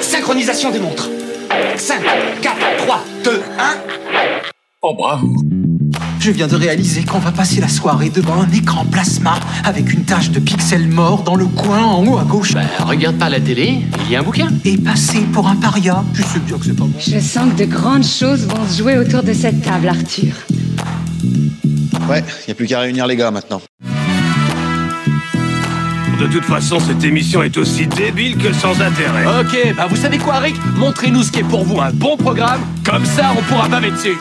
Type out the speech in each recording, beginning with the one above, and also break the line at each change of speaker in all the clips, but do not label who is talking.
Synchronisation des montres. 5, 4, 3, 2, 1.
Oh bravo
Je viens de réaliser qu'on va passer la soirée devant un écran plasma avec une tache de pixels morts dans le coin en haut à gauche.
Bah, Regarde pas la télé, il y a un bouquin.
Et passer pour un paria. Je sais bien que c'est pas bon.
Je sens que de grandes choses vont se jouer autour de cette table, Arthur.
Ouais, y a plus qu'à réunir les gars maintenant.
De toute façon, cette émission est aussi débile que sans intérêt.
Ok, bah vous savez quoi, Rick Montrez-nous ce qui est pour vous un bon programme, comme ça on pourra pas dessus.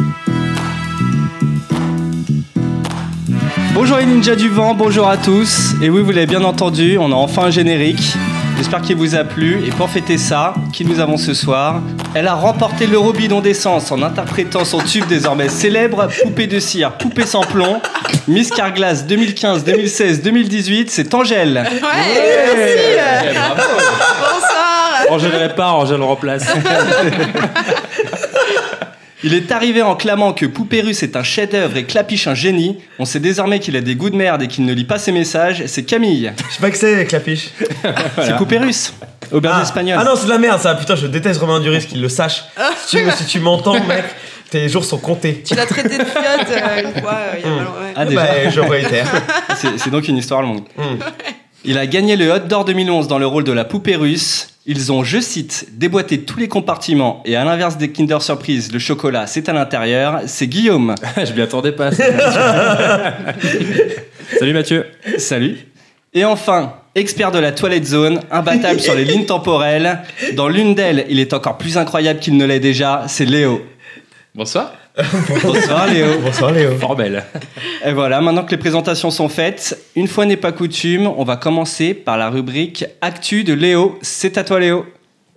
Bonjour les ninjas du vent, bonjour à tous. Et oui, vous l'avez bien entendu, on a enfin un générique. J'espère qu'il vous a plu. Et pour fêter ça, qui nous avons ce soir Elle a remporté l'euro bidon d'essence en interprétant son tube désormais célèbre Poupée de cire, poupée sans plomb. Miss Carglass 2015, 2016, 2018, c'est Angèle.
Bonsoir
Angèle répare, Angèle remplace.
Il est arrivé en clamant que Poupée Russe est un chef-d'œuvre et Clapiche un génie. On sait désormais qu'il a des goûts de merde et qu'il ne lit pas ses messages. C'est Camille.
Je sais pas que c'est, Clapiche.
C'est Poupée Russe. Auberge
Ah.
espagnole.
Ah non, c'est de la merde ça. Putain, je déteste Romain Duris qu'il le sache. Si tu, si tu m'entends, mec, tes jours sont comptés.
Tu l'as traité de fiotte euh, une fois, euh, il y a
Hmm.
mal- ouais.
Ah, déjà.
Bah, je réitère.
C'est c'est donc une histoire longue.
Hmm.
Il a gagné le Hot d'Or 2011 dans le rôle de la poupée russe. Ils ont, je cite, déboîté tous les compartiments et à l'inverse des Kinder Surprise, le chocolat c'est à l'intérieur. C'est Guillaume.
Je m'y attendais pas. Salut Mathieu.
Salut. Et enfin, expert de la toilette zone, imbattable sur les lignes temporelles. Dans l'une d'elles, il est encore plus incroyable qu'il ne l'est déjà. C'est Léo.
Bonsoir.
Bonsoir Léo.
Bonsoir Léo.
Formel.
Et voilà, maintenant que les présentations sont faites, une fois n'est pas coutume, on va commencer par la rubrique Actu de Léo. C'est à toi Léo.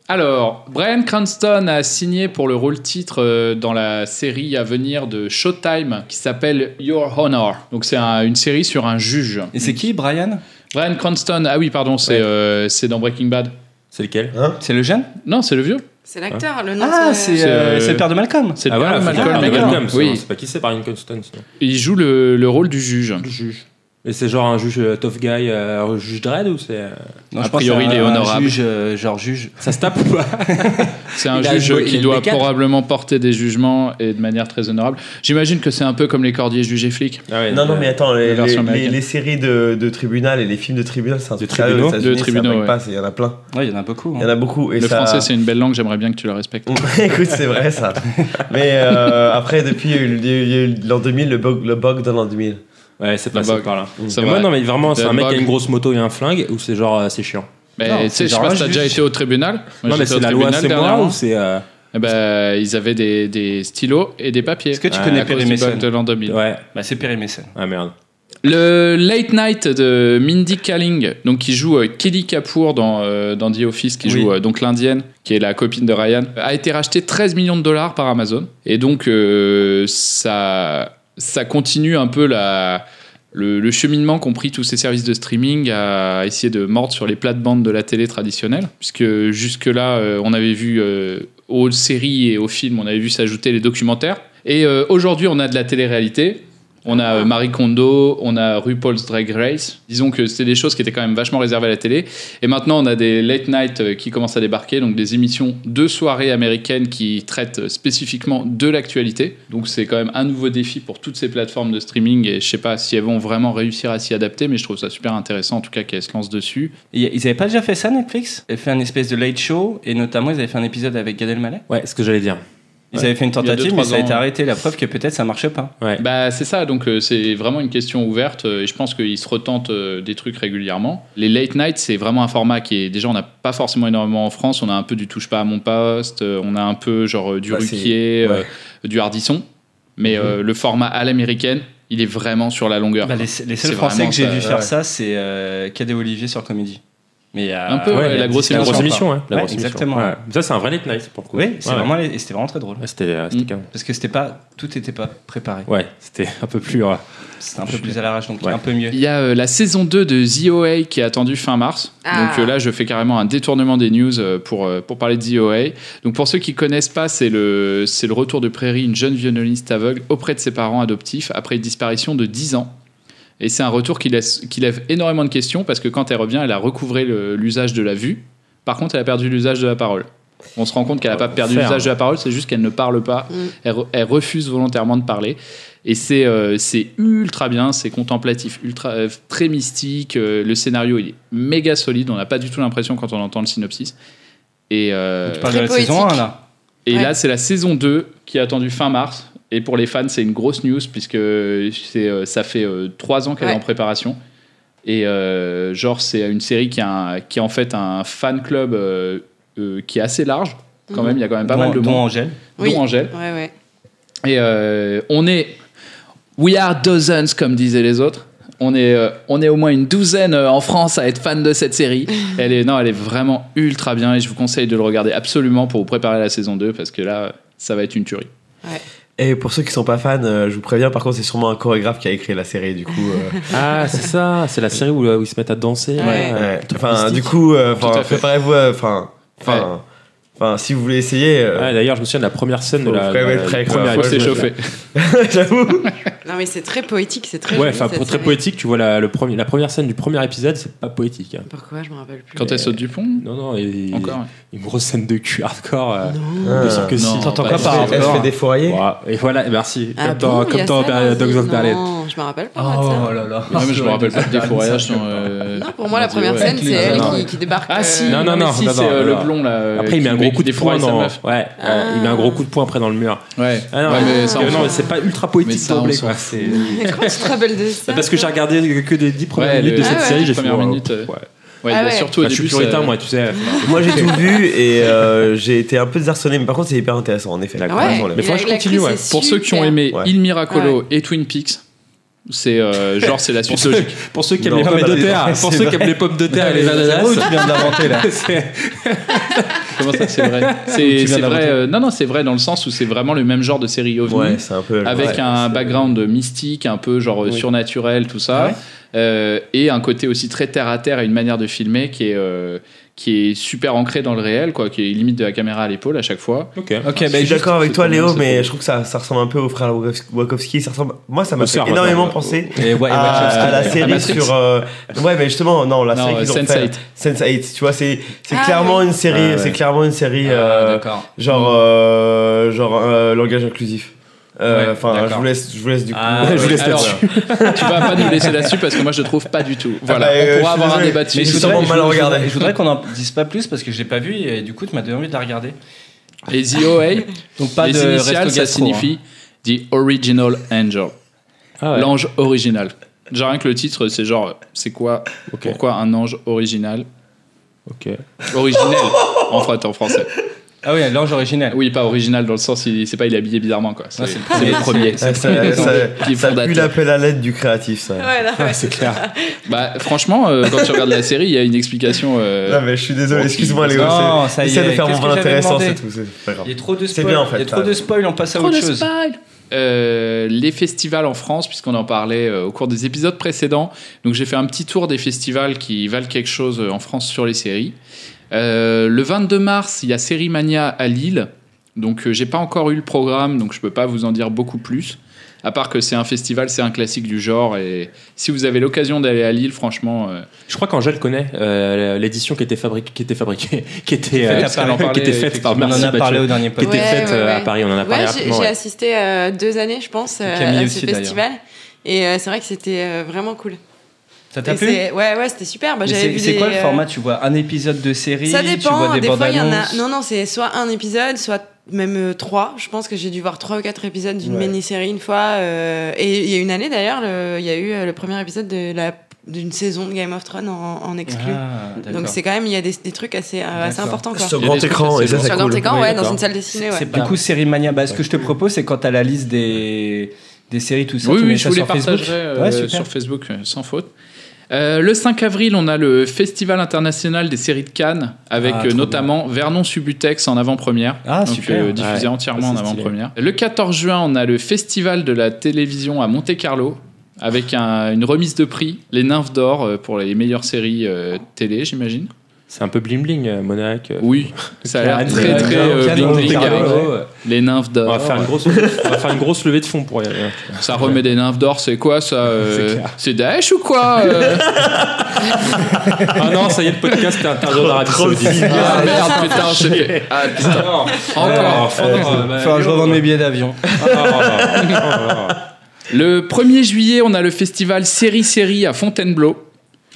Alors, Brian Cranston a signé pour le rôle titre euh, dans la série à venir de Showtime qui s'appelle Your Honor. Donc c'est un- une série sur un juge.
Et c'est qui Brian
Brian Cranston, ah oui pardon, c'est
Ouais.
euh, c'est dans Breaking Bad.
C'est lequel
C'est le jeune
Non, c'est le vieux.
C'est l'acteur, le nom
Ah,
de-
c'est
euh,
euh, c'est le père de Malcolm.
C'est le
Ah voilà,
père de
faut dire
Malcolm.
Malcolm.
Malcolm.
Oui.
Oui,
C'est pas qui c'est, Brian Constant. sinon.
il joue le, le rôle du juge.
Le juge. Et c'est genre un juge euh, tough guy, euh, un juge dread ou c'est. euh,
Non,
a
je pense
priori,
que c'est
il est
un- un
honorable.
Juge, euh, genre juge.
Ça se tape ou pas
C'est un
Il a
juge
une- il a
qui
une
doit
bécane.
probablement porter des jugements et de manière très honorable. J'imagine que c'est un peu comme les cordiers jugés flics.
Ah ouais,
Non, non, mais attends, les,
La version
les- les-
américaine.
les séries de, de tribunal et les films de tribunal, c'est un
De
truc sérieux
tribunaux.
aux États-Unis,
De
ça
tribunaux,
break
ouais.
pas, c'est- Il y en a plein.
Ouais, il y en a beaucoup. hein.
Il y en a beaucoup. Et
le
ça...
français, c'est une belle langue, j'aimerais bien que tu le respectes.
Écoute, c'est vrai ça. Mais euh, après, depuis il y a eu- il y a eu l'an 2000, le bug, le bug dans l'an 2000.
Ouais, c'est
Le
passé
bug.
par là.
Ça
Et
va.
moi, non, mais vraiment, c'est
Le
un mec qui a
bug.
une grosse moto et un flingue ou c'est genre, euh, c'est chiant.
Non,
Mais tu
c'est
sais, je sais
genre
pas
un
si t'as déjà
juge.
été au tribunal. Moi,
non, mais
j'étais au
c'est la loi,
tribunal
c'est moi
dernièrement.
ou c'est. euh,
Eh ben, ils avaient des, des stylos et des papiers.
Est-ce que tu
À
connais
cause
Perry
du
Mason
bug de l'an 2000.
Ouais.
Bah, c'est Perry Mason.
Ah merde.
Le Late Night de Mindy Kaling, donc qui joue euh, Kelly Kapoor dans, euh, dans The Office, qui
Oui.
joue euh, donc l'Indienne, qui est la copine de Ryan, a été racheté 13 millions de dollars par Amazon. Et donc euh, ça, ça continue un peu la, le, le cheminement qu'ont pris tous ces services de streaming à essayer de mordre sur les plates-bandes de la télé traditionnelle, puisque jusque-là, euh, on avait vu euh, aux séries et aux films, on avait vu s'ajouter les documentaires. Et euh, aujourd'hui, on a de la télé-réalité. On a euh, Marie Kondo, on a RuPaul's Drag Race. Disons que c'était des choses qui étaient quand même vachement réservées à la télé. Et maintenant, on a des late night euh, qui commencent à débarquer, donc des émissions de soirées américaines qui traitent euh, spécifiquement de l'actualité. Donc c'est quand même un nouveau défi pour toutes ces plateformes de streaming. Et je sais pas si elles vont vraiment réussir à s'y adapter, mais je trouve ça super intéressant en tout cas qu'elles se lancent dessus.
Et Ils avaient pas déjà fait ça Netflix Ils avaient fait un espèce de late show et notamment ils avaient fait un épisode avec Gad Elmaleh.
Ouais, ce que j'allais dire.
Ils avaient fait une
y a deux,
tentative mais
trois
ça a été
ans. hein.
arrêté. La preuve que peut-être ça marchait pas.
Bah c'est ça, donc euh, c'est vraiment une question ouverte euh, et je pense qu'ils se retentent euh, des trucs régulièrement. Les late nights, c'est vraiment un format qui est déjà on n'a pas forcément énormément en France, on a un peu du touche pas à mon poste, euh, on a un peu genre euh, du
Bah, c'est-
Ruquier,
ouais. Mhm.
euh, du Hardisson, mais euh, le format à l'américaine, il est vraiment sur la longueur.
Bah, les, les seuls
C'est
Français
vraiment
que j'ai
ça,
vu
ouais.
faire ça, c'est euh, Cadet Olivier sur Comédie. Mais euh, il y a-
Un peu, ouais,
il y a
la grosse
dix, quinze
La grosse
ans,
émission,
quoi.
ouais.
hein. Ouais,
La grosse émission.
exactement.
Ouais. Ça, c'est un vrai late night pour le coup.
Oui, c'est
Ouais,
vraiment, les- et c'était vraiment très drôle.
ouais. Ouais, C'était euh, c'était
Mm.
carré.
Parce que c'était pas, tout était pas préparé.
Ouais, c'était un peu plus. euh,
C'était un peu plus à l'arrache, donc
Ouais.
un peu mieux.
Il y a euh, la saison 2 de The OA qui est attendue fin mars.
Ah.
Donc euh, là, je fais carrément un détournement des news euh, pour, euh, pour parler de The OA. Donc pour ceux qui connaissent pas, c'est le, c'est le retour de Prairie, une jeune violoniste aveugle auprès de ses parents adoptifs après une disparition de 10 ans. Et c'est un retour qui, laisse, qui lève énormément de questions parce que quand elle revient, elle a recouvré le- l'usage de la vue. Par contre, elle a perdu l'usage de la parole. On se rend compte qu'elle n'a pas perdu
faire.
l'usage de la parole, c'est juste qu'elle ne parle pas.
Mm.
Elle, re- elle refuse volontairement de parler. Et c'est euh, c'est ultra bien, c'est contemplatif, ultra, euh, très mystique. euh, le scénario, il est méga solide. On n'a pas du tout l'impression quand on entend le synopsis. Et, euh,
Tu parles de la
Très
saison
poétique.
1 là
et
Ouais.
là, c'est la saison 2 qui est attendue fin mars. Et pour les fans, c'est une grosse news puisque c'est, euh, ça fait euh, trois ans qu'elle est
Ouais.
en préparation. Et euh, genre, c'est une série qui, a un- qui est en fait un fan club euh, euh, qui est assez large. Quand
Mhm.
même, il y a quand même pas
Dont-
mal de
dont
monde,
Angèle.
dont
Oui.
Angèle.
Ouais, ouais.
Et euh, on est. We are dozens, comme disaient les autres. On est, euh, on est au moins une douzaine euh, en France à être fan de cette série. Elle est, non, elle est vraiment ultra bien et je vous conseille de le regarder absolument pour vous préparer à la saison 2 parce que là, ça va être une tuerie.
Et pour ceux qui sont pas fans, euh, je vous préviens, par contre, c'est sûrement un chorégraphe qui a écrit la série, du coup. euh,
Ah, c'est ça, c'est la série où, euh, où ils se mettent à danser. là,
Ouais.
euh,
ouais.
truc
Enfin, du
mystique.
coup, euh,
Tout
enfin,
à fait.
préparez-vous. euh, Enfin, enfin, enfin, si vous voulez essayer, euh,
Ouais, D'ailleurs, je me souviens de la première scène de
Faut
la,
vraiment
la-
être
la
prêt, quoi.
première
Faut
Faut
épisode.
s'échauffer.
j'avoue.
Non, mais c'est très poétique, c'est très
Ouais,
joli,
enfin,
cette
pour très
série.
poétique, tu vois la, le premier, la première scène du premier épisode, c'est pas poétique. hein.
Pourquoi je me rappelle plus
Quand elle saute du pont
Non, non, et,
Encore
une grosse scène de cul hardcore. euh,
Non.
Ah.
bien sûr que si.
Non,
T'entends
pas
quoi
du
par
tout.
Elle se fait- elle se
rapport
fait des foyers.
Ouah, Et voilà, merci.
Ah
comme dans,
bon, il y
comme
a
dans
ça,
Ber-
dans
Dogs of
non,
Berlin.
je me rappelle pas. moi, de ça.
Oh là là.
Ouais, mais je me rappelle pas des fourrages. dans, euh,
Non, pour moi, la
dans-
première
ouais.
scène, c'est
les-
elle
Non,
qui,
non.
qui débarque. euh,
Ah si,
non, non,
mais
non,
si,
d'abord,
c'est euh, le
d'abord.
blond là. euh,
Après, il met
qui-
un gros
qui
coup de
défouraille
poing
sa
dans.
meuf.
Ouais,
Ah.
euh, il met un gros coup de poing après dans le mur.
Ouais.
Ah non,
Ouais,
mais,
mais ça, on
non,
s'en
mais c'est pas ultra poétique
Mais ça, on
d'emblée,
s'en
quoi.
fout.
C'est-
Comment tu te rappelles de ça
Bah, Parce que j'ai regardé que des 10 premières
Ouais,
minutes
le-
de cette
Ah ouais.
série, j'ai fait.
Première
waouh.
minute, euh,
Ouais.
Ouais,
Ah
bah,
ouais.
surtout au
Enfin, je suis
début.
puritain,
ça-
moi, tu sais.
Moi, j'ai tout vu et euh, j'ai été un peu désarçonné, mais par contre, c'est hyper intéressant, en effet.
D'accord.
Ouais,
Raison, là.
Mais
il
faut
a-
que je
il a
continue,
cru,
ouais.
c'est
Pour ceux qui ont
super.
aimé
Ouais.
Il Miracolo et Twin Peaks, c'est euh, genre c'est la
Pour
suite
ceux,
logique.
pour ceux qui aiment
Non,
les pommes
pas
de
les-
terre, pour
c'est
ceux qui
vrai.
aiment les pommes de terre et
les
les
ananas,
ananas,
tu viens de l'inventer là.
c'est-
Comment ça c'est vrai
Tu
C'est
viens
c'est vrai.
d'inventer.
euh, non non c'est vrai dans le sens où c'est vraiment le même genre de série ovni.
Ouais, c'est un peu.
Avec
ouais,
un
c'est-
background mystique, un peu genre euh,
Oui.
surnaturel, tout ça,
Ouais.
Euh, et un côté aussi très terre à terre et une manière de filmer qui est euh, qui est super ancrée dans le réel, quoi, qui est limite de la caméra à l'épaule à chaque fois.
Ok,
Ok.
Je
bah,
suis
juste-
d'accord avec toi,
c'est
Léo,
pour-
mais je trouve que ça, ça ressemble un peu au frère Wachowski. Ça ressemble... Moi, ça m'a
Aux
fait
sœurs,
énormément
maintenant.
penser
Et ouais, et
à, à la
Wachowski, Ah, ouais.
série
Matrix.
sur. euh, Ouais, mais justement, non, la
Non,
série qu'ils ont
Sense8.
fait. Sense8. Tu vois, c'est c'est
Ah,
clairement
oui.
une série.
Ah, ouais.
C'est clairement une série.
Ah,
euh,
D'accord.
genre, euh, genre euh, langage inclusif. Euh,
Ouais,
Enfin, je
d'accord.
vous laisse, je vous laisse du coup. euh,
Ah,
je vous laisse
Alors, tu vas pas nous laisser là-dessus parce que moi je trouve pas du tout. Voilà,
bah, euh,
on pourra
je suis
avoir un
désolé.
débat dessus.
Mais je
Je
suis
voudrais-
sûrement mal
je voudrais-
regardé.
Je voudrais qu'on en dise pas plus parce que je l'ai pas vu et du coup tu m'as donné envie de la regarder.
Et The OA,
Donc pas
les
de
initiales,
resto
ça
gastro, hein.
signifie The Original Angel.
Ah ouais.
L'ange original. Genre rien que le titre, c'est genre, c'est quoi
Ok.
Pourquoi un ange original
Ok.
Originel en, fait, en français.
Ah oui, l'ange original.
Oui, pas original dans le sens, il c'est pas il est habillé bizarrement quoi. C'est
Ah, c'est le premier.
c'est le premier.
Ouais, ça, euh, ça,
Qui est
ça pue
fondateur.
l'appel à l'aide du créatif, ça.
Euh,
Ouais, là, ouais.
C'est clair.
Bah franchement, euh, quand tu regardes la série, il y a une explication. euh,
Non, mais je suis désolé,
bon,
excuse-moi, Léo.
Non,
c'est-
ça y
J'essaie
est,
de faire mon
qu'est-ce
vin
que j'avais
intéressant,
demandé
c'est tout. c'est pas grave.
Il y a trop de
C'est
spoil,
bien, en fait,
il y a
ça.
trop de spoil, on passe à autre chose.
Euh, les festivals en France, puisqu'on en parlait euh, au cours des épisodes précédents. Donc j'ai fait un petit tour des festivals qui valent quelque chose euh, en France sur les séries. Euh, le 22 mars, il y a Série Mania à Lille. Donc euh, j'ai pas encore eu le programme, donc je peux pas vous en dire beaucoup plus. À part que c'est un festival, c'est un classique du genre. Et si vous avez l'occasion d'aller à Lille, franchement, euh,
Je crois qu'Angèle connaît euh, l'édition qui était fabriquée, qui était fabriquée, qui était, euh,
Faite à
parce qu'elle
Paris.
en parlait, qui était faite par
On en
Merci
a parlé
Mathieu,
au dernier
qui
podcast.
était
Ouais,
faite
ouais,
euh, à
ouais.
Paris. On en a parlé
Ouais, j'ai
rapidement.
j'ai
ouais.
assisté euh, deux années, je pense, euh,
Camille
à
aussi,
ce
d'ailleurs.
festival. Et euh, c'est vrai que c'était euh, vraiment cool.
Ça
Et
t'a plu
c'est- Ouais, ouais, c'était super. Bah,
Mais
j'avais
C'est
vu
c'est
des,
quoi le
euh,
format Tu vois un épisode de série,
Ça
tu vois
dépend.
des,
Des,
bandes
fois, il y en a.
annonces.
Non, non, c'est soit un épisode, soit même euh, trois. Je pense que j'ai dû voir trois ou quatre épisodes d'une
Ouais.
mini-série une fois. euh, et il y a une année d'ailleurs, le- il y a eu euh, le premier épisode de la d'une saison de Game of Thrones en, en exclu.
Ah, d'accord.
Donc c'est quand même il y a des, des trucs assez euh, assez
D'accord.
importants quoi.
Sur
Il y a
grand
des trucs
écran,
assez
et ça,
lourds.
c'est
Sur grand
cool.
écran,
Oui,
ouais,
d'accord.
dans une salle dessinée,
C'est
ouais.
du coup série mania. Bah, ce que je te propose, c'est quand t'as la liste des, des séries, tout ça,
oui,
tu mets
oui, je
ça
vous les
sur Facebook.
partagerai euh,
ouais, super.
sur Facebook, euh, sans faute. Euh, le 5 avril, on a le Festival international des séries de Cannes, avec
Ah,
euh,
trop
notamment Vernon Subutex en avant-première.
Ah,
donc,
super. Ah,
euh, diffusé
Ouais,
entièrement
ça,
en
c'est
avant-première. Le 14 juin, on a le Festival de la télévision à Monte-Carlo, avec un- une remise de prix, les Nymphes d'or, euh, pour les meilleures séries euh, télé, j'imagine.
C'est un peu bling bling, euh, Monac. euh,
Oui, ça a l'air
Cannes,
très
euh,
très
Cannes,
euh,
Cannes,
bling bling
Cannes,
avec
ouais.
les nymphes
euh, On
d'or.
va, faire une grosse, on va faire une grosse levée de fonds pour y aller.
Ça remet des nymphes d'or, c'est quoi ça euh,
C'est clair.
C'est Daesh ou quoi euh
Ah non, ça y est, le podcast est interdit en Arabie Saoudite.
Ah merde, putain, on s'est fait- Ah putain, encore.
Faudra que je revende mes billets d'avion.
Le 1er juillet, on a le festival Série Série à Fontainebleau.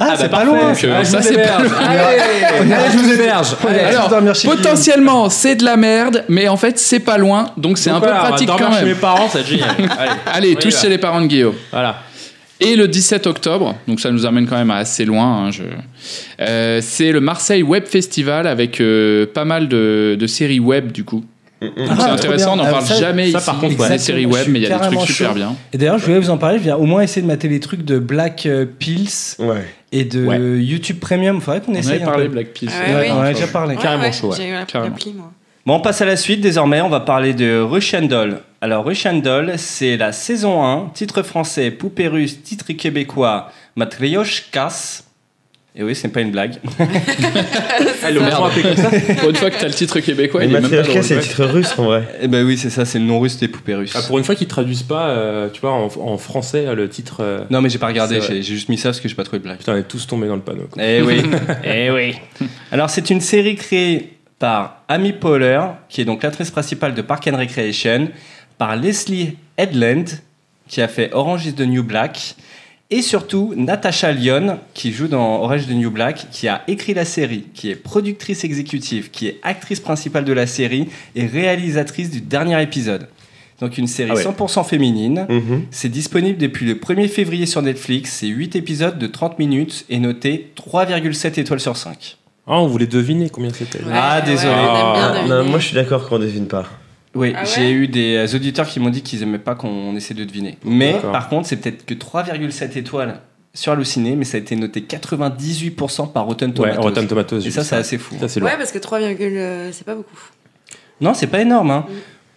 Ah,
bah,
c'est pas
parfait.
loin.
Donc, euh, ça, c'est pas
loin. je vous héberge. Allez,
Alors,
tous dormir chez Guillaume.
potentiellement, c'est de la merde, mais en fait, c'est pas loin, donc c'est un peu pratique quand
chez mes
même.
parents, ça va être génial. Allez,
Allez,
on y
tous
va.
chez les parents de Guillaume.
Voilà.
Et le 17 octobre, donc ça nous amène quand même à assez loin, hein, je- euh, c'est le Marseille Web Festival avec euh, pas mal de, de séries web du coup. Donc c'est
trop
intéressant, on
bien.
n'en
Ah,
parle
ça-
jamais
ça,
ici.
par contre, ouais.
des séries
Exactement,
web,
je suis
mais il y a des trucs
carrément
super
chaud.
bien.
Et d'ailleurs, je voulais vous en parler. Je viens au moins essayer de mater les trucs de Black euh, Pills
Ouais.
et de
Ouais.
euh, YouTube Premium. Faudrait qu'on
On
essaye
avait
un
parlé
peu.
Black Peace.
Ah ouais, oui.
on en a déjà parlé.
Ouais,
Carrément
ouais,
chaud, ouais.
J'ai eu la-
Carrément.
l'appli, moi.
Bon, on passe à la suite. Désormais, on va parler de Russian Doll. Alors, Russian Doll, c'est la saison 1, titre français, poupée russe, titre québécois, Matryoshkas. Et oui, c'est pas une blague.
Allez, on va appeler comme ça.
Pour une fois que t'as le titre québécois,
Mais
il est même pas drôle.
Matryoshka, c'est le titre russe en vrai.
Eh ben oui, c'est ça, c'est le nom russe des poupées russes.
Ah, pour une fois qu'ils traduisent pas, euh, tu vois, en, en français, le titre. euh,
Non, mais j'ai pas regardé,
C'est vrai.
j'ai j'ai juste mis ça parce que j'ai pas trouvé de blague.
Putain, on est tous tombés dans le panneau. quoi.
Eh oui, eh oui. Alors, c'est une série créée par Amy Poehler, qui est donc l'actrice principale de Park and Recreation, par Leslie Headland, qui a fait Orange is the New Black, et surtout Natasha Lyon, qui joue dans Orange is the New Black, qui a écrit la série, qui est productrice exécutive, qui est actrice principale de la série et réalisatrice du dernier épisode. Donc, une série
Ah ouais.
100% féminine.
Mhm.
C'est disponible depuis le 1er février sur Netflix. C'est 8 épisodes de 30 minutes et noté 3,7 étoiles sur 5.
Ah, on voulait deviner combien c'était.
Ouais,
Ah, désolé.
ouais, on aime bien
Ah,
deviner.
Non, moi je suis d'accord qu'on devine pas.
Oui,
Ah ouais
j'ai eu des euh, auditeurs qui m'ont dit qu'ils aimaient pas qu'on essaie de deviner. Mais
D'accord.
par contre, c'est peut-être que 3,7 étoiles sur Halluciné, mais ça a été noté 98% par Rotten
Ouais,
Tomatoes.
Rotten Tomatoes.
et
j'ai
ça,
vu
c'est assez fou. hein.
Ça, c'est lourd.
Ouais, parce que 3, euh, c'est pas beaucoup.
Non, c'est pas énorme.
Mm.
hein.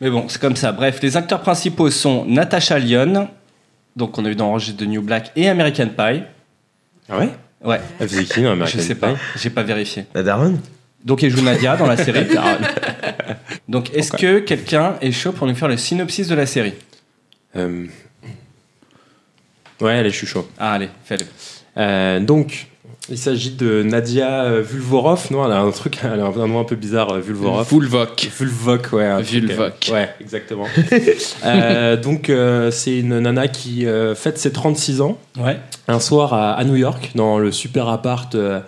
Mais bon, c'est comme ça. Bref, les acteurs principaux sont Natasha Lyon, donc on a eu dans Orange is the New Black et American Pie.
Ah ouais
Ouais,
Elle faisait qui, non,
je
American
sais
Pie
pas, j'ai pas vérifié.
La daronne
Donc elle joue Nadia dans la série. Donc est-ce que quelqu'un est chaud pour nous faire le synopsis de la série
Euh, Ouais, allez, je suis chaud.
Ah allez, fais-le.
Euh, donc, il s'agit de Nadia euh, Vulvorov. Non, elle a un truc, elle a un nom un peu bizarre, euh, Vulvorov.
Vulvoc.
Vulvoc, ouais. un truc,
Vulvoc.
euh, ouais, exactement. Euh, donc, euh, c'est une nana qui euh, fête ses 36 ans
Ouais.
un soir à, à New York, dans le super appart euh,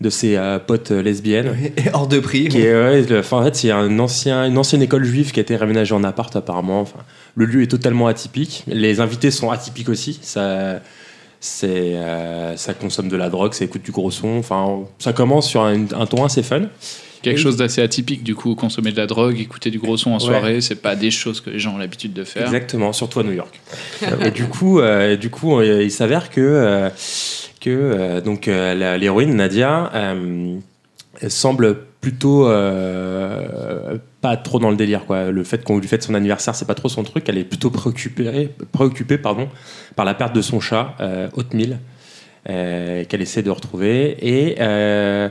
de ses euh, potes euh, lesbiennes.
Et hors de prix.
Qui est, ouais, le- enfin, en fait, c'est un ancien, une ancienne école juive qui a été réaménagée en appart, apparemment. Enfin, le lieu est totalement atypique. Les invités sont atypiques aussi. Ça, c'est, euh, ça consomme de la drogue, ça écoute du gros son. Enfin, ça commence sur un, un ton assez fun.
Quelque chose d'assez atypique du coup, consommer de la drogue, écouter du gros son en
Ouais.
soirée, c'est pas des choses que les gens ont l'habitude de faire.
Exactement, surtout à New York. et du coup, euh, et du coup, euh, il s'avère que euh, que euh, donc euh, la- l'héroïne Nadia euh, elle semble plutôt euh, pas trop dans le délire quoi. Le fait qu'on lui fête son anniversaire, c'est pas trop son truc. Elle est plutôt préoccupée, préoccupée pardon, par la perte de son chat euh, Hotmail, euh, qu'elle essaie de retrouver et euh,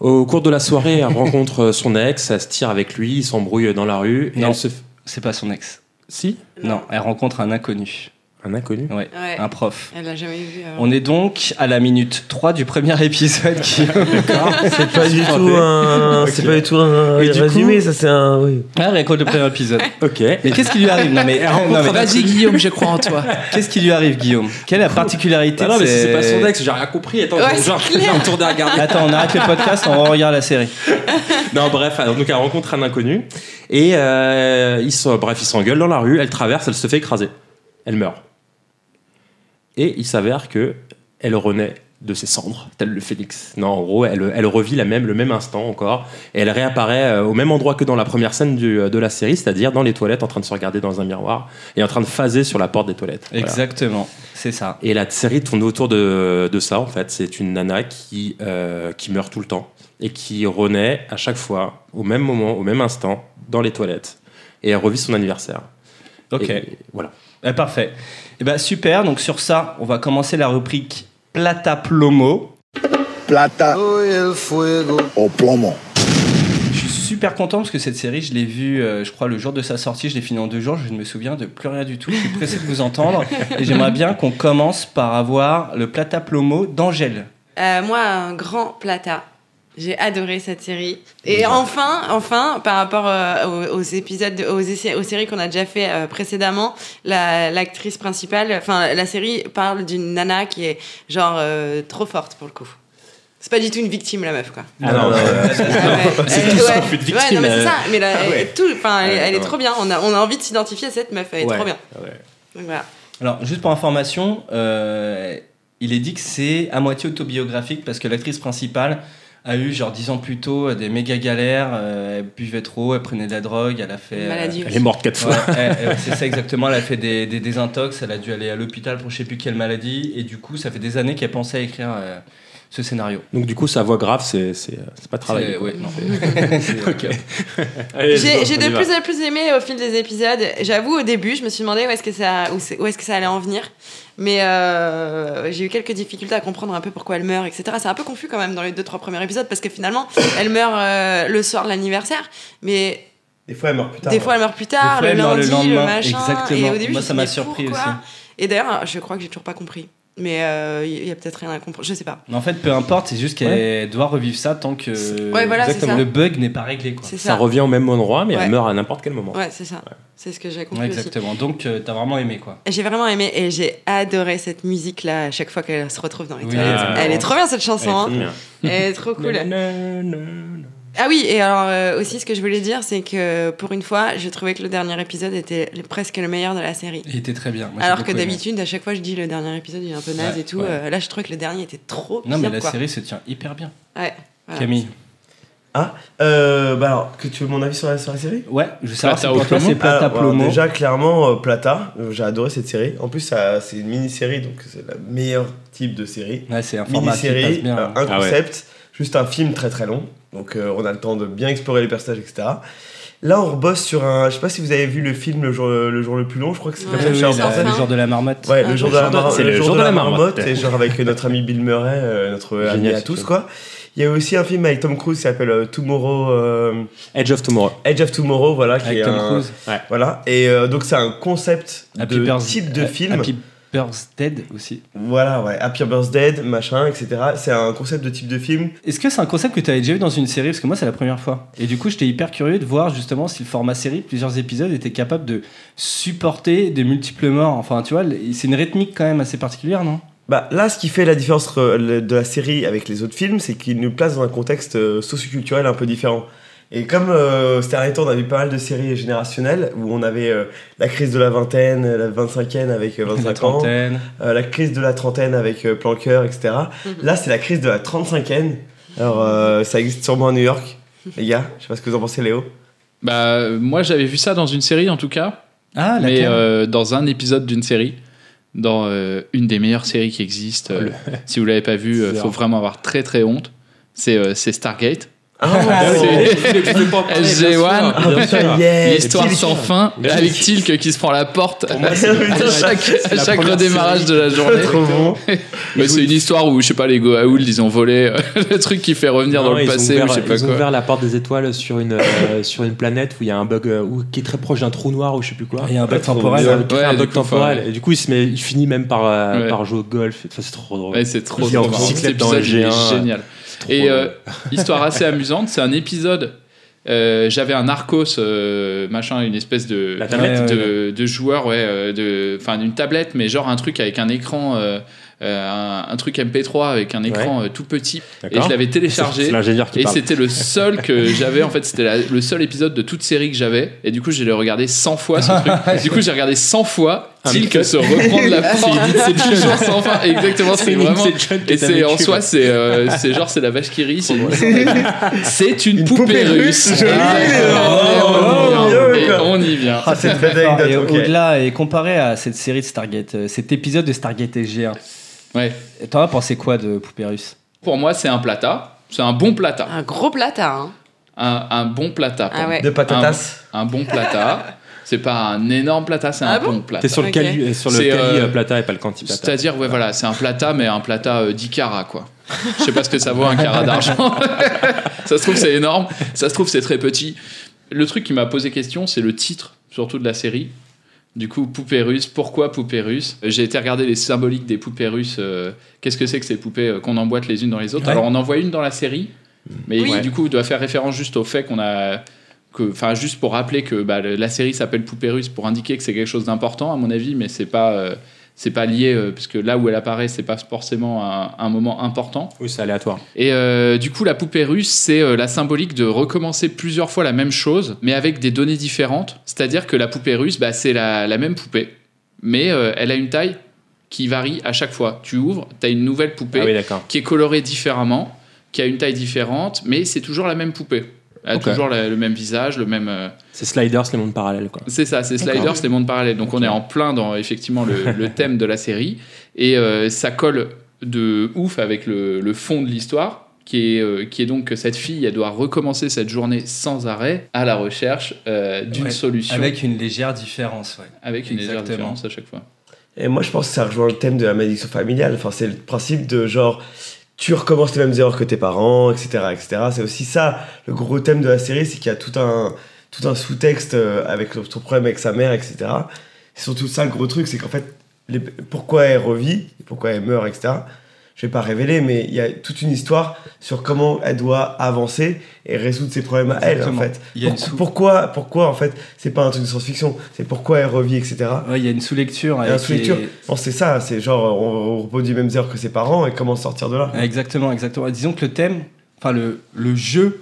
au cours de la soirée, elle rencontre son ex, elle se tire avec lui, ils s'embrouillent dans la rue. Et
Non.
elle se... f-
C'est pas son ex.
Si
Non, elle rencontre un inconnu.
Un inconnu
Ouais.
Ouais.
Un prof.
Elle l'a jamais vu. euh, avant.
On est donc à la minute 3 du premier épisode qui
Ah, C'est pas du tout un. C'est pas du tout un
Et du
résumé,
coup-
ça c'est un. Oui.
Ah, raconte le premier épisode.
Ok.
Mais qu'est-ce qui lui arrive Non mais, non, mais
Vas-y Guillaume, je crois en toi.
qu'est-ce qui lui arrive Guillaume Quelle est la particularité
Ah non,
de
mais si c'est
ces-
pas son ex, j'ai rien compris. Attends,
Ouais,
j'ai- genre,
c'est
j'ai retourné à regarder.
Attends, on arrête le podcast, on regarde la série.
Non, bref, alors, donc elle rencontre un inconnu et euh, ils sont, bref, ils s'engueulent dans la rue, elle traverse, elle se fait écraser. Elle meurt. Et il s'avère que elle renaît de ses cendres, tel le phénix. Non, en gros, elle, elle revit la même, le même instant encore et elle réapparaît euh, au même endroit que dans la première scène du- euh, de la série, c'est-à-dire dans les toilettes en train de se regarder dans un miroir et en train de phaser sur la porte des toilettes. Voilà.
Exactement, c'est ça.
Et la série tourne autour de, de ça, en fait. C'est une nana qui, euh, qui meurt tout le temps et qui renaît à chaque fois, au même moment, au même instant, dans les toilettes. Et elle revit son anniversaire.
Ok.
Et voilà.
Eh, parfait. Eh ben super, donc sur ça, on va commencer la rubrique Plata Plomo.
plata au plomo.
Je suis super content parce que cette série, je l'ai vue, euh, je crois, le jour de sa sortie. Je l'ai finie en deux jours. Je ne me souviens de plus rien du tout. Je suis pressé de vous entendre. Et j'aimerais bien qu'on commence par avoir le plata plomo d'Angèle.
Euh, moi, un grand plata. J'ai adoré cette série. Et enfin, enfin, par rapport euh, aux, aux épisodes, de- aux, essais- aux séries qu'on a déjà fait euh, précédemment, la- l'actrice principale, enfin, la série parle d'une nana qui est genre euh, trop forte pour le coup. C'est pas du tout une victime, la meuf, quoi.
Ah non, non, euh,
Ouais,
c'est
elle-
tout
ouais.
sauf une victime.
Ouais, non, mais c'est
euh.
ça. Mais la-
Ah ouais.
tout, enfin, elle,
Ouais,
elle est
ouais.
trop bien. On a, on a envie de s'identifier à cette meuf. Elle est
Ouais,
trop bien.
ouais.
Donc voilà.
Alors, juste pour information, euh, il est dit que c'est à moitié autobiographique parce que l'actrice principale a eu, genre, 10 ans plus tôt, des méga galères. euh, elle buvait trop, elle prenait de la drogue, euh, elle a fait.
Une maladie
Elle est morte quatre
Ouais,
fois.
elle- elle- c'est ça exactement, elle a fait des, des désintox, elle a dû aller à l'hôpital pour je sais plus quelle maladie. Et du coup, ça fait des années qu'elle pensait à écrire euh, ce scénario.
Donc du coup, sa voix grave, c'est c'est c'est pas travaillé.
C'est-
quoi.
ouais, non.
C'est-
C'est-
Ok. Allez,
J'ai
let's go,
j'ai
on
de
y va.
plus en plus aimé au fil des épisodes. J'avoue, au début, je me suis demandé où est-ce que ça, où c'est- où est-ce que ça allait en venir. Mais euh, j'ai eu quelques difficultés à comprendre un peu pourquoi elle meurt, etc. C'est un peu confus quand même dans les deux, trois premiers épisodes parce que finalement, elle meurt euh, le soir de l'anniversaire. Mais
Des fois, elle meurt plus tard.
des fois, elle meurt plus
Des
tard,
fois,
le,
elle meurt le
lundi, le
lendemain,
machin.
exactement.
Et au début,
Moi,
je
ça
me
m'a
suis dit, mais
surpris
pourquoi
aussi.
Et d'ailleurs, je crois que j'ai toujours pas compris. Mais euh, il y a peut-être rien à comprendre. Je sais pas.
Mais en fait, peu importe, c'est juste qu'elle doit revivre ça tant que
Ouais, voilà, c'est Exactement. ça.
le bug n'est pas réglé. Quoi.
C'est
Ça revient au même endroit, mais
Ouais.
elle meurt à n'importe quel moment.
Ouais, c'est ça. C'est ce que j'ai compris
Ouais,
aussi.
exactement. Donc, euh, t'as vraiment aimé quoi.
J'ai vraiment aimé et j'ai adoré cette musique là à chaque fois qu'elle se retrouve dans les
Oui,
toilettes.
elle est
Elle est
marrante.
trop bien cette chanson. hein.
Elle est trop bien.
Elle est trop cool. Ah oui, et alors euh, aussi ce que je voulais dire c'est que pour une fois, je trouvais que le dernier épisode était le- presque le meilleur de la série.
Il était très bien. Moi, j'ai
alors que
beaucoup aimé.
d'habitude, à chaque fois je dis le dernier épisode il est un peu naze
Ouais,
et tout.
ouais.
euh, là, je trouvais que le dernier était trop
Non, mais
bien,
la
quoi.
série se tient hyper bien.
Ouais, voilà.
Camille.
Ah, euh, bah alors, que tu veux mon avis sur la, sur la série
Ouais, je veux savoir si pour toi, c'est Plata
Alors,
Plomo.
Déjà, clairement, euh, Plata, euh, j'ai adoré cette série. En plus, ça- c'est une mini-série, donc c'est le meilleur type de série.
Ouais, c'est un format qui passe
Mini-série,
bien.
euh, un
Ah ouais.
concept, juste un film très très long. Donc, euh, on a le temps de bien explorer les personnages, etc. Là, on rebosse sur un. Je sais pas si vous avez vu le film Le jour le, jour le plus long, je crois que c'est comme
Ouais,
ça que
oui,
c'est en
oui, la-
français.
le jour de la marmotte.
Ouais,
Ah,
le jour de la marmotte.
C'est le jour de la marmotte.
Et genre avec notre ami Bill Murray, euh, notre ami
Génial,
à
ce
tous,
film.
quoi. Il y a aussi un film avec Tom Cruise qui s'appelle euh, Tomorrow. euh,
Edge of Tomorrow.
Edge of Tomorrow, voilà, qui
Avec
est
Tom
un-
Cruise.
Voilà. Et euh, donc c'est un concept
Happy
de
Birth-
type de
euh,
film.
Happy Birthday aussi.
Voilà, ouais. Happy Birthday, machin, etc. C'est un concept de type de film.
Est-ce que c'est un concept que tu avais déjà vu dans une série Parce que moi, c'est la première fois. Et du coup, j'étais hyper curieux de voir justement si le format série, plusieurs épisodes, était capable de supporter des multiples morts. Enfin, tu vois, c'est une rythmique quand même assez particulière, non
Bah, là, ce qui fait la différence entre euh, le- de la série avec les autres films, c'est qu'il nous place dans un contexte euh, socioculturel un peu différent. Et comme euh, ces derniers temps, on avait pas mal de séries générationnelles où on avait euh, la crise de la vingtaine, euh, la vingt-cinquième avec euh, 25 ans,
trentaine.
euh, la crise de la trentaine avec euh, Planqueur, etc. Là, c'est la crise de la trente-cinquième. Alors, euh, ça existe sûrement à New York, les gars. Je sais pas ce que vous en pensez, Léo.
Bah, euh, moi, j'avais vu ça dans une série, en tout cas.
Ah,
Mais
laquelle
euh, dans un épisode d'une série. Dans euh, une des meilleures séries qui existent.
Oh,
euh, si vous l'avez pas vu, euh,
C'est
faut
vrai.
vraiment avoir très très honte. C'est euh, c'est Stargate.
Ah,
C'est-
Tu peux pas en parler, Oh. bien sûr, Eh,
SG1,
bien sûr.
l'histoire sans fin,
Bien
avec Tilk qui se prend la porte
moi,
à
c'est-
chaque,
c'est
à
la
chaque
première
redémarrage
série.
de la journée.
Trop bon.
Mais c'est une histoire où, je sais pas, les Goa'uld, ils ont volé euh, le truc qui fait revenir dans
Non,
le
ils ont
passé
ouvert-
ou je sais pas
ils ont
quoi.
ouvert la porte des étoiles sur une, euh, sur une planète où il y a un bug euh, ou- qui est très proche d'un trou noir ou je sais plus quoi.
Il y a un bug
Trop
temporel.
bien.
Ouais,
Il y a un
du
bug
coup,
temporel.
faut-
Et du coup, il, se met- il finit même par, euh,
Ouais.
par jouer au golf. Enfin, c'est trop drôle.
Ouais, c'est trop
Il est en
trop marrant. Cet
bicyclette dans
épisode, il est
SG1.
génial. Et euh, histoire assez amusante, c'est un épisode. euh, J'avais un Narcos, euh, machin, une espèce de
tablette.
de, de joueur, ouais, euh, de, enfin une tablette, mais genre un truc avec un écran, euh, euh, un, un truc MP3 avec un écran
Ouais.
euh, tout petit. Et
D'accord.
je l'avais téléchargé.
C'est- c'est l'ingénieur qui
et
parle.
c'était le seul que j'avais. En fait, c'était la- le seul épisode de toute série que j'avais. Et du coup, j'ai regardé 100 fois ce truc. Du coup, j'ai regardé 100 fois
Un
Till que
épisode.
se reprendre la
C'est
porte.
une Inception.
toujours sans fin. Exactement,
C'est
c'est
une
vraiment.
Inception que
Et
t'as
c'est en
vécu,
soi,
ouais.
c'est euh, c'est genre c'est la vache qui rit. c'est- C'est une, poupée, russe. Ah,
russe, joli.
Et on y vient. Et on y vient.
Ah, c'est très fort. Et Au-delà, et comparé à cette série de Stargate, euh, cet épisode de Stargate SG1,
ouais.
t'en as pensé quoi de Poupée Russe
Pour moi, c'est un plata. C'est un bon plata.
Un gros plata. Hein.
Un, un bon plata.
Ah ouais.
De patatas.
Un, un bon plata. C'est pas un énorme plata, c'est
Ah
un
bon
bon plata.
T'es sur le
Ok.
cali, sur le
C'est,
cali
euh,
euh, plata et pas le quanti plata.
C'est-à-dire, ouais, voilà, c'est un plata, mais un plata euh, 10 carats, quoi. Je sais pas ce que ça vaut un carat d'argent. ça se trouve c'est énorme, ça se trouve c'est très petit. Le truc qui m'a posé question, c'est le titre surtout de la série. Du coup, poupée russe, pourquoi poupée russe J'ai été regarder les symboliques des poupées russes. euh, Qu'est-ce que c'est que ces poupées euh, qu'on emboîte les unes dans les autres
Ouais.
Alors on en voit une dans la série, mais
Oui.
qui, du coup doit faire référence juste au fait qu'on a que- enfin juste pour rappeler que bah, le- la série s'appelle Poupée russe pour indiquer que c'est quelque chose d'important à mon avis mais c'est pas euh, c'est pas lié euh, parce que là où elle apparaît c'est pas forcément un, un moment important
oui c'est aléatoire
et euh, du coup la poupée russe c'est euh, la symbolique de recommencer plusieurs fois la même chose mais avec des données différentes c'est à dire que la poupée russe bah, c'est la, la même poupée mais euh, elle a une taille qui varie à chaque fois tu ouvres t'as une nouvelle poupée
Ah oui, d'accord.
qui est colorée différemment qui a une taille différente mais c'est toujours la même poupée elle a
Ok.
toujours la- le même visage le même euh,
C'est Sliders, les mondes parallèles. Quoi.
c'est ça, c'est
D'accord.
Sliders, les mondes parallèles. Donc on est en plein dans effectivement le, le thème de la série et euh, ça colle de ouf avec le, le fond de l'histoire. Qui est, euh, qui est donc que cette fille, elle doit recommencer cette journée sans arrêt à la recherche euh, d'une
Ouais,
solution.
Avec une légère différence, ouais.
Avec une légère
Exactement.
différence à chaque fois.
Et moi, je pense que ça rejoint le thème de la malédiction familiale. Enfin, c'est le principe de genre, tu recommences les mêmes erreurs que tes parents, etc., etc. C'est aussi ça le gros thème de la série, c'est qu'il y a tout un tout un sous-texte euh, avec le- son problème avec sa mère, etc. C'est surtout ça le gros truc, c'est qu'en fait, les- pourquoi elle revit, pourquoi elle meurt, etc. Je vais pas révéler, mais il y a toute une histoire sur comment elle doit avancer et résoudre ses problèmes à elle, en
Exactement.
fait.
Il y a une
Pour-
sous-
pourquoi, pourquoi, en fait, c'est pas un truc de science-fiction, c'est pourquoi elle revit, etc.
Ouais, il y a une sous-lecture.
Et
avec
la sous-lecture,
les-
bon, c'est ça, c'est genre on, on reproduit les mêmes erreurs que ses parents et comment sortir de là. Ah
Ouais, Ah, Exactement, exactement. Et disons que le thème, enfin le, le jeu,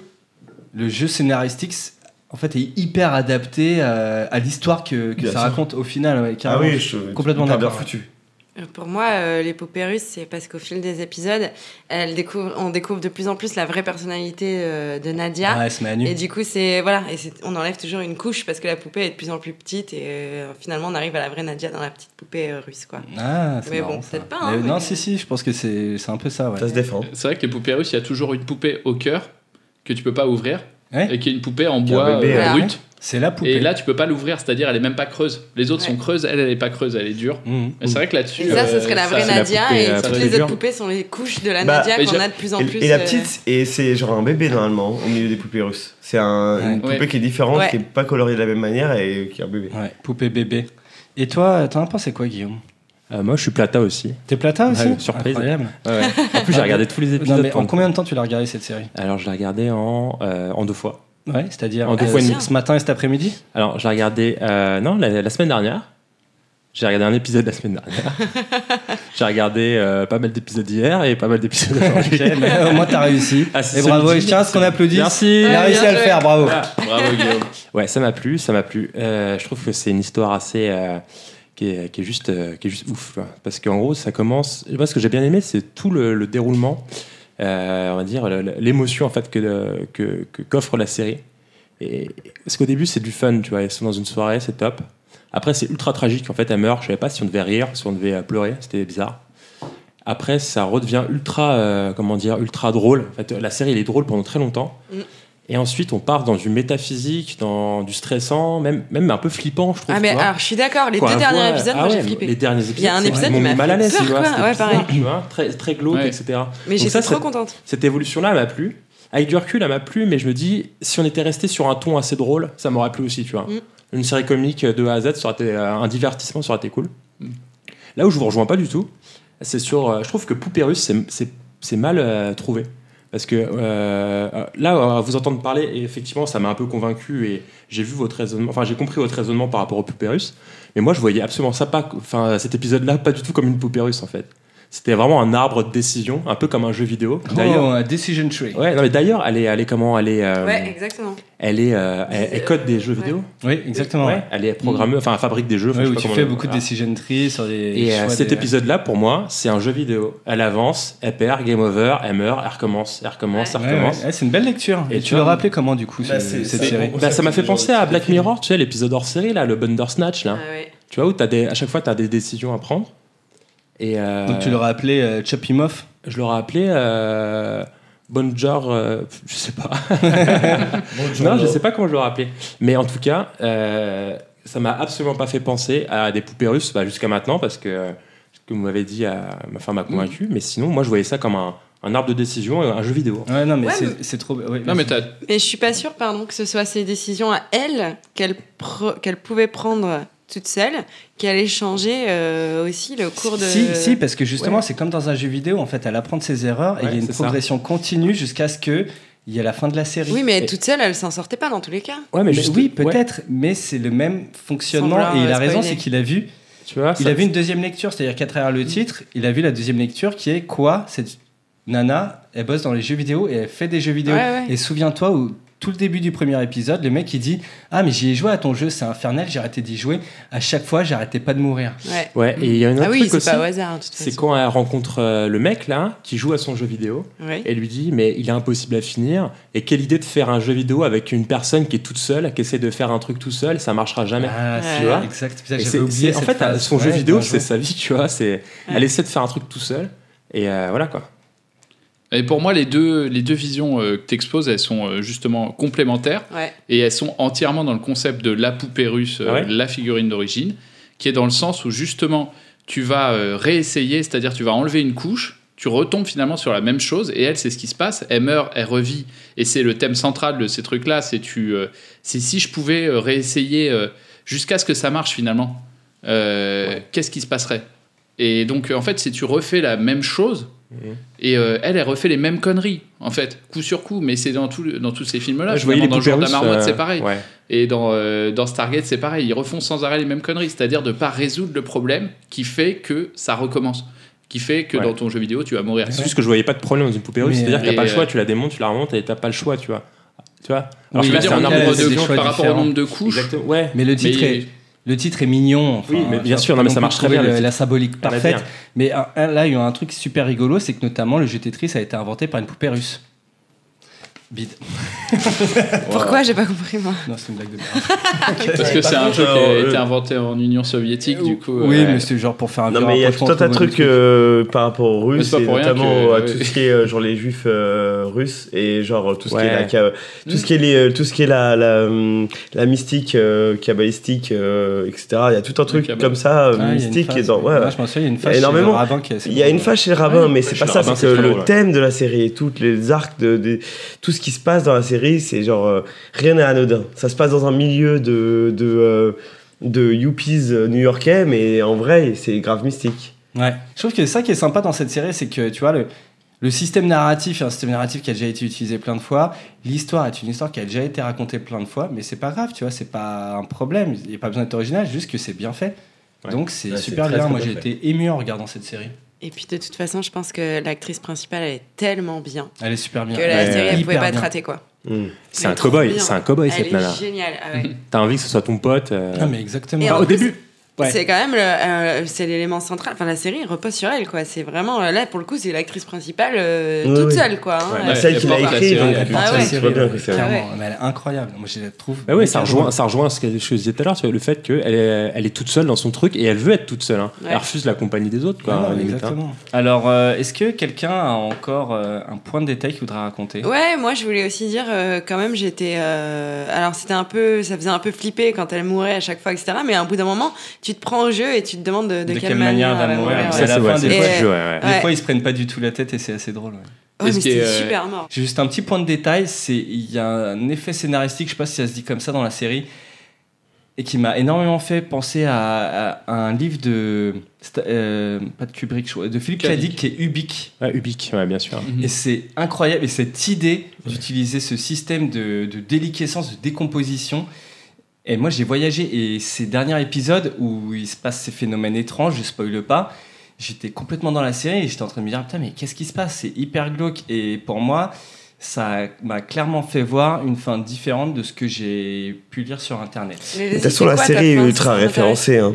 le jeu scénaristique, c'est- en fait, est hyper adapté euh, à l'histoire que, que
Bien
ça
sûr.
raconte au final. ouais,
Ah
carrément.
oui,
Je
je,
suis complètement
hyper bien
d'accord.
foutu.
Euh, Pour moi, euh, les poupées russes, c'est parce qu'au fil des épisodes, elle découvre, on découvre de plus en plus la vraie personnalité euh, de Nadia.
Ah, elle se met à nu.
Et du coup, c'est voilà, et c'est- on enlève toujours une couche parce que la poupée est de plus en plus petite et euh, finalement, on arrive à la vraie Nadia dans la petite poupée euh, russe, quoi.
Ah, c'est
mais
marrant,
bon,
ça.
peut-être pas. hein,
Mais
mais-
Non, si, si, je pense que c'est c'est un peu ça. Ouais.
Ça se défend.
C'est vrai que les poupées russes, il y a toujours une poupée au cœur que tu peux pas ouvrir et qui est une poupée en
Qui est un
bois
bébé,
euh,
euh,
brut.
C'est la poupée.
Et là, tu peux pas l'ouvrir, c'est-à-dire elle est même pas creuse. Les autres sont creuses, elle, elle est pas creuse, elle est dure.
Mmh,
Mais c'est vrai que là-dessus.
Et ça, ce
euh,
serait la vraie
ça-
Nadia
poupée, euh,
et toutes
très
les autres
dure.
poupées sont les couches de la
Bah,
Nadia
et
qu'on
j'ai-
a de plus en
et-
plus.
Et la
euh,
petite, et c'est genre un bébé normalement au milieu des poupées russes. C'est un- une
Ouais.
poupée qui est différente,
Ouais.
qui est pas colorée de la même manière et qui est un bébé.
Ouais, poupée bébé. Et toi, t'en as pensé quoi, Guillaume
Euh, moi, je suis Plata aussi.
T'es Plata aussi
Ouais, surprise.
Incroyable.
Ouais, ouais. En plus, j'ai regardé tous les épisodes
Non, mais
pour
en
le
combien de temps tu l'as regardé cette série
Alors, je l'ai regardé en, euh, en deux fois.
Ouais, c'est-à-dire
En deux
euh,
fois et demi.
ce matin et cet après-midi
Alors, je l'ai regardé. euh, non, la, la semaine dernière. J'ai regardé un épisode la semaine dernière. j'ai regardé euh, pas mal d'épisodes hier et pas mal d'épisodes aujourd'hui.
Ok, mais au moins, t'as réussi.
Ah, c'est
Et bravo,
solide.
et je tiens à ce qu'on applaudisse.
Merci.
Il a réussi à le faire, bravo.
Voilà.
Bravo, Guillaume.
Ouais, ça m'a plu, ça m'a plu. Euh, je trouve que c'est une histoire assez euh, qui, est, qui est juste euh, qui est juste ouf, quoi. parce qu'en gros ça commence. Moi, ce que j'ai bien aimé, c'est tout le, le déroulement, euh, on va dire le- le- l'émotion en fait que le- que que- qu'offre la série. Et, parce qu'au début c'est du fun, tu vois, ils sont dans une soirée, c'est top. Après c'est ultra tragique, en fait elle meurt. Je savais pas si on devait rire, si on devait euh, pleurer, c'était bizarre. Après ça redevient ultra euh, comment dire ultra drôle. En fait, la série elle est drôle pendant très longtemps.
Mm.
Et ensuite, on part dans du métaphysique, dans du stressant, même, même un peu flippant, je trouve.
Ah mais
tu vois.
alors je suis d'accord, les
Quoi,
deux
la
derniers
voix,
épisodes,
ah
moi j'ai
ouais,
flippé.
Les derniers épisodes,
Il y a un
ça
épisode
m'a
qui
mis
m'a
mal à
fait
l'aise,
peur,
tu vois,
quoi.
c'était
Ouais, pareil.
bizarre, tu vois, très, très glauque,
Ouais.
etc.
Mais
Donc
j'étais
ça,
trop
cette-
contente.
Cette évolution-là, elle m'a plu. Avec du recul, elle m'a plu, mais je me dis, si on était resté sur un ton assez drôle, ça m'aurait plu aussi, tu vois.
Mm.
Une série comique de A à Z, ça aurait été, euh, un divertissement, ça aurait été cool. Là où je vous rejoins pas du tout, c'est sur. euh, je trouve que Poupée Russe, c'est- c'est- c'est mal euh, trouvé. Parce que euh, euh, là, euh, à vous entendre parler, et effectivement, ça m'a un peu convaincu et j'ai vu votre raisonnement, enfin, j'ai compris votre raisonnement par rapport au poupée russe. Mais moi, je voyais absolument ça pas, enfin, cet épisode-là, pas du tout comme une poupée russe en fait. C'était vraiment un arbre de décision, un peu comme un jeu vidéo.
D'ailleurs,
euh,
Decision Tree.
Ouais, non, mais d'ailleurs, elle est, elle est comment Elle est. euh,
Ouais, exactement.
elle est. euh, elle, elle code des jeux vidéo
Oui, exactement.
Ouais, elle est programmeuse, enfin, elle fabrique des jeux. enfin,
Ouais,
je sais
où
pas
tu
comment Ah.
fais
on-
beaucoup de
voilà.
Decision Tree sur des.
Et euh,
choix
cet
des-
épisode-là, pour moi, c'est un jeu vidéo. Elle avance, elle perd, game over, elle meurt, elle recommence, elle recommence,
Ouais,
elle recommence.
ouais, ouais, c'est une belle lecture. Et,
Et
tu
tu
l'as
vois,
rappelé comment, du coup, ce-
Bah, c'est-
cette
c'est-
série
bah, ça m'a fait penser à Black Mirror, tu sais, l'épisode hors série, là, le Bandersnatch, là.
Ah,
Tu vois, où as des, à chaque fois, tu as des décisions à prendre. Et, euh,
Donc, tu l'aurais appelé euh, Chopimov
Je l'aurais appelé euh, Bonjour, euh, je sais pas. non, je sais pas comment je l'aurais appelé. Mais en tout cas, euh, ça m'a absolument pas fait penser à des poupées euh, Mm. russes bah, jusqu'à maintenant parce que ce que vous m'avez dit euh, ma femme m'a convaincu. Mais sinon, moi, je voyais ça comme un, un arbre de décision, un jeu vidéo.
Ouais, non, mais
Ouais,
c'est,
mais-
c'est trop. ouais,
Non, mais t'as-
Mais je suis pas sûre, pardon, que ce soit ses décisions à elle qu'elle pre- qu'elle pouvait prendre toute seule, qu'elle ait changé euh, aussi le cours de.
Si, si, parce que justement,
Ouais.
c'est comme dans un jeu vidéo, en fait, elle apprend de ses erreurs et il y
Ouais,
a une
c'est ça.
progression continue jusqu'à ce que il y a la fin de la série.
Oui, mais
Et-
toute seule, elle s'en sortait pas dans tous les cas.
Ouais, mais oui, peut-être, mais c'est le même fonctionnement.
Sans vouloir,
et
euh,
la raison,
spoiler.
c'est qu'il a vu.
Tu vois,
il
ça-
a vu une deuxième lecture, c'est-à-dire qu'à travers
Mm.
le titre, il a vu la deuxième lecture qui est quoi Cette nana, elle bosse dans les jeux vidéo et elle fait des jeux vidéo.
Ouais, ouais.
Et souviens-toi où tout le début du premier épisode, le mec il dit Ah, mais j'y ai joué à ton jeu, c'est infernal, j'ai arrêté d'y jouer. À chaque fois, j'arrêtais pas de mourir.
Ouais.
Ouais, et il y a un autre
Ah oui,
truc
c'est
aussi.
pas au hasard. de toute
C'est
façon.
quand elle rencontre euh, le mec là, qui joue à son jeu vidéo,
Ouais.
et lui dit mais il est impossible à finir. Et quelle idée de faire un jeu vidéo avec une personne qui est toute seule, qui essaie de faire un truc tout seul, ça marchera jamais.
Ah,
tu vois
exact. c'est pour ça que
Et
j'avais
c'est-
oublié
c'est- En
cette
fait,
phrase.
son jeu
Ouais,
vidéo,
bien joué.
c'est sa vie, tu vois. C'est elle essaie de faire un truc tout seul, et euh, voilà quoi.
Et pour moi, les deux, les deux visions euh, que t'exposes, elles sont euh, justement complémentaires
Ouais.
et elles sont entièrement dans le concept de la poupée russe, euh,
Ah ouais
la figurine d'origine, qui est dans le sens où justement tu vas euh, réessayer, c'est-à-dire tu vas enlever une couche, tu retombes finalement sur la même chose et elle, c'est ce qui se passe, elle meurt, elle revit et c'est le thème central de ces trucs-là, c'est tu, euh, c'est si je pouvais euh, réessayer euh, jusqu'à ce que ça marche finalement, euh, qu'est-ce qui se passerait Et donc euh, en fait, si tu refais la même chose
Mhm.
et euh, elle, elle refait les mêmes conneries, en fait, coup sur coup, mais c'est dans, tout, le- dans tous ces films-là.
Ouais, je voyais
Finalement,
les
dans
poupées
Jour de la
russes,
Marmotte,
euh,
c'est pareil.
ouais.
Et dans, euh, dans Stargate, c'est pareil. Ils refont sans arrêt les mêmes conneries, c'est-à-dire de pas résoudre le problème qui fait que ça recommence, qui fait que
Ouais.
dans ton jeu vidéo, tu vas mourir.
C'est juste que je voyais pas de problème dans une poupée russe,
Mais,
c'est-à-dire que t'as
et,
pas le
euh,
choix, tu la démontes, tu la remontes et t'as pas le choix, tu vois. Tu vois
Oui,
que là,
je veux
c'est
dire,
un
on a
arbre
des
de
choix
couches
Par rapport au nombre de couches,
Exactement, ouais.
Mais le titre, est, le titre est mignon. enfin,
Oui, mais bien
faut
sûr, non,
pas
mais ça
plus
marche très
trouver
bien, le
le-
titre.
la symbolique
On l'a
parfaite.
bien.
Mais un- un- là, il y a un truc super rigolo, c'est que notamment le jeu Tetris a été inventé par une poupée russe. Bide.
Pourquoi j'ai pas compris moi
Non, c'est une blague de merde.
Parce que
Par
c'est un
contre,
jeu qui a
euh,
été
euh,
inventé en Union soviétique, du coup.
Oui,
euh,
mais c'est genre pour faire un
Non,
vieux
mais il y a tout
rapprochement
un tas de
entre vos
trucs euh, par rapport aux
Mais
Russes,
c'est pas
et
pour rien
notamment
que-
à
ouais.
tout ce qui est euh, genre les juifs euh, russes et genre euh, tout ce qui
Ouais.
est la, ca- tout ce qui est les, euh, tout ce qui est la la, hum, la mystique euh, kabbalistique euh, etc. Il y a tout un truc
Kabbale.
comme ça euh,
Ah, il y a une
mystique
phase,
et dans
ouais.
ouais,
Ouais, je me souviens, il y a une phase
Il y
chez
a
le
énormément.
rabbin qui est assez
Il y a
drôle.
une phase chez le rabbin, mais
chez
c'est pas
le
ça,
rabbin,
c'est
c'est
que
très
le
drôle, ouais.
thème de la série et toutes les arcs de, des- tout ce qui se passe dans la série, c'est genre euh, rien n'est anodin. Ça se passe dans un milieu de de euh, de yuppies euh, new-yorkais, mais en vrai, c'est grave mystique.
Ouais. Je trouve que c'est ça qui est sympa dans cette série, c'est que tu vois le le système narratif, est un système narratif qui a déjà été utilisé plein de fois. L'histoire est une histoire qui a déjà été racontée plein de fois, mais c'est pas grave, tu vois, c'est pas un problème. Il n'y a pas besoin d'être original, juste que c'est bien fait.
Ouais.
Donc c'est
Ouais, c'est
super
très,
bien.
très
Moi
bien
j'ai
fait.
été ému en regardant cette série.
Et puis de toute façon, je pense que l'actrice principale, elle est tellement bien
Elle est super bien.
que la
Ouais,
série,
ouais.
elle pouvait
Hyper
pas être
bien.
ratée quoi.
Hmm.
C'est
Mais
un
trop
cow-boy,
bien.
c'est un cow-boy cette
Elle est
nana.
géniale. ah ouais.
T'as envie que ce soit ton pote. euh,
Ah mais exactement.
Et en
au
plus,
début. Ouais.
C'est quand même le- euh, c'est l'élément central. Enfin, la série repose sur elle, quoi. C'est vraiment euh, là pour le coup, c'est l'actrice principale euh,
Oui,
toute
oui.
seule, quoi. hein.
Ouais,
Bah,
Euh,
celle
elle
qui l'a
porte la
écrit,
série,
donc Ah
elle
tu
porte
vois
la
série,
bien
Ah ouais,
que c'est-
clairement.
Ah ouais.
Mais elle est incroyable. Moi je la trouve.
Bah oui, ça rejoint, ça rejoint ce que ce que je disais tout à l'heure, tu vois, le fait qu'elle est, elle est toute seule dans son truc et elle veut être toute seule. hein.
Ouais.
Elle refuse la compagnie des autres, quoi.
Ah non,
limite, hein.
exactement. Alors, euh, est-ce que quelqu'un a encore euh, un point de détail qu'il voudra raconter
Ouais, moi je voulais aussi dire euh, quand même j'étais euh, alors c'était un peu ça faisait un peu flipper quand elle mourait à chaque fois etc. Mais à un bout d'un moment tu te prends au jeu et tu te demandes de, de quelle, manière, elle va
d'amour
mourir.
Ça,
C'est
ouais.
la
c'est
fin
ouais,
des
c'est
fois.
le jeu, ouais, ouais.
Des
Ouais.
fois, ils se prennent pas du tout la tête et c'est assez drôle. ouais.
Ouais, Oh, mais
Est-ce qu'il y
c'était
a, euh,
super mort.
Juste un petit point de détail, c'est il y a un effet scénaristique, je sais pas si ça se dit comme ça dans la série, et qui m'a énormément fait penser à, à- à un livre de Sta- euh, pas de Kubrick, je crois, de Philippe Cladic
Kadik.
qui est Ubik.
Ouais, Ubik, ouais, bien sûr.
Mhm.
Et c'est incroyable. Et cette idée d'utiliser ce système de, de déliquescence, de décomposition. Et moi, j'ai voyagé. Et ces derniers épisodes où il se passe ces phénomènes étranges, je spoile pas, j'étais complètement dans la série et j'étais en train de me dire Putain, mais qu'est-ce qui se passe C'est hyper glauque. Et pour moi, ça m'a clairement fait voir une fin différente de ce que j'ai pu lire sur Internet.
Mais
De
vas-y,
toute façon,
c'est
la
quoi,
série est
ta fin,
ultra
ça t'intéresse
référencée. hein.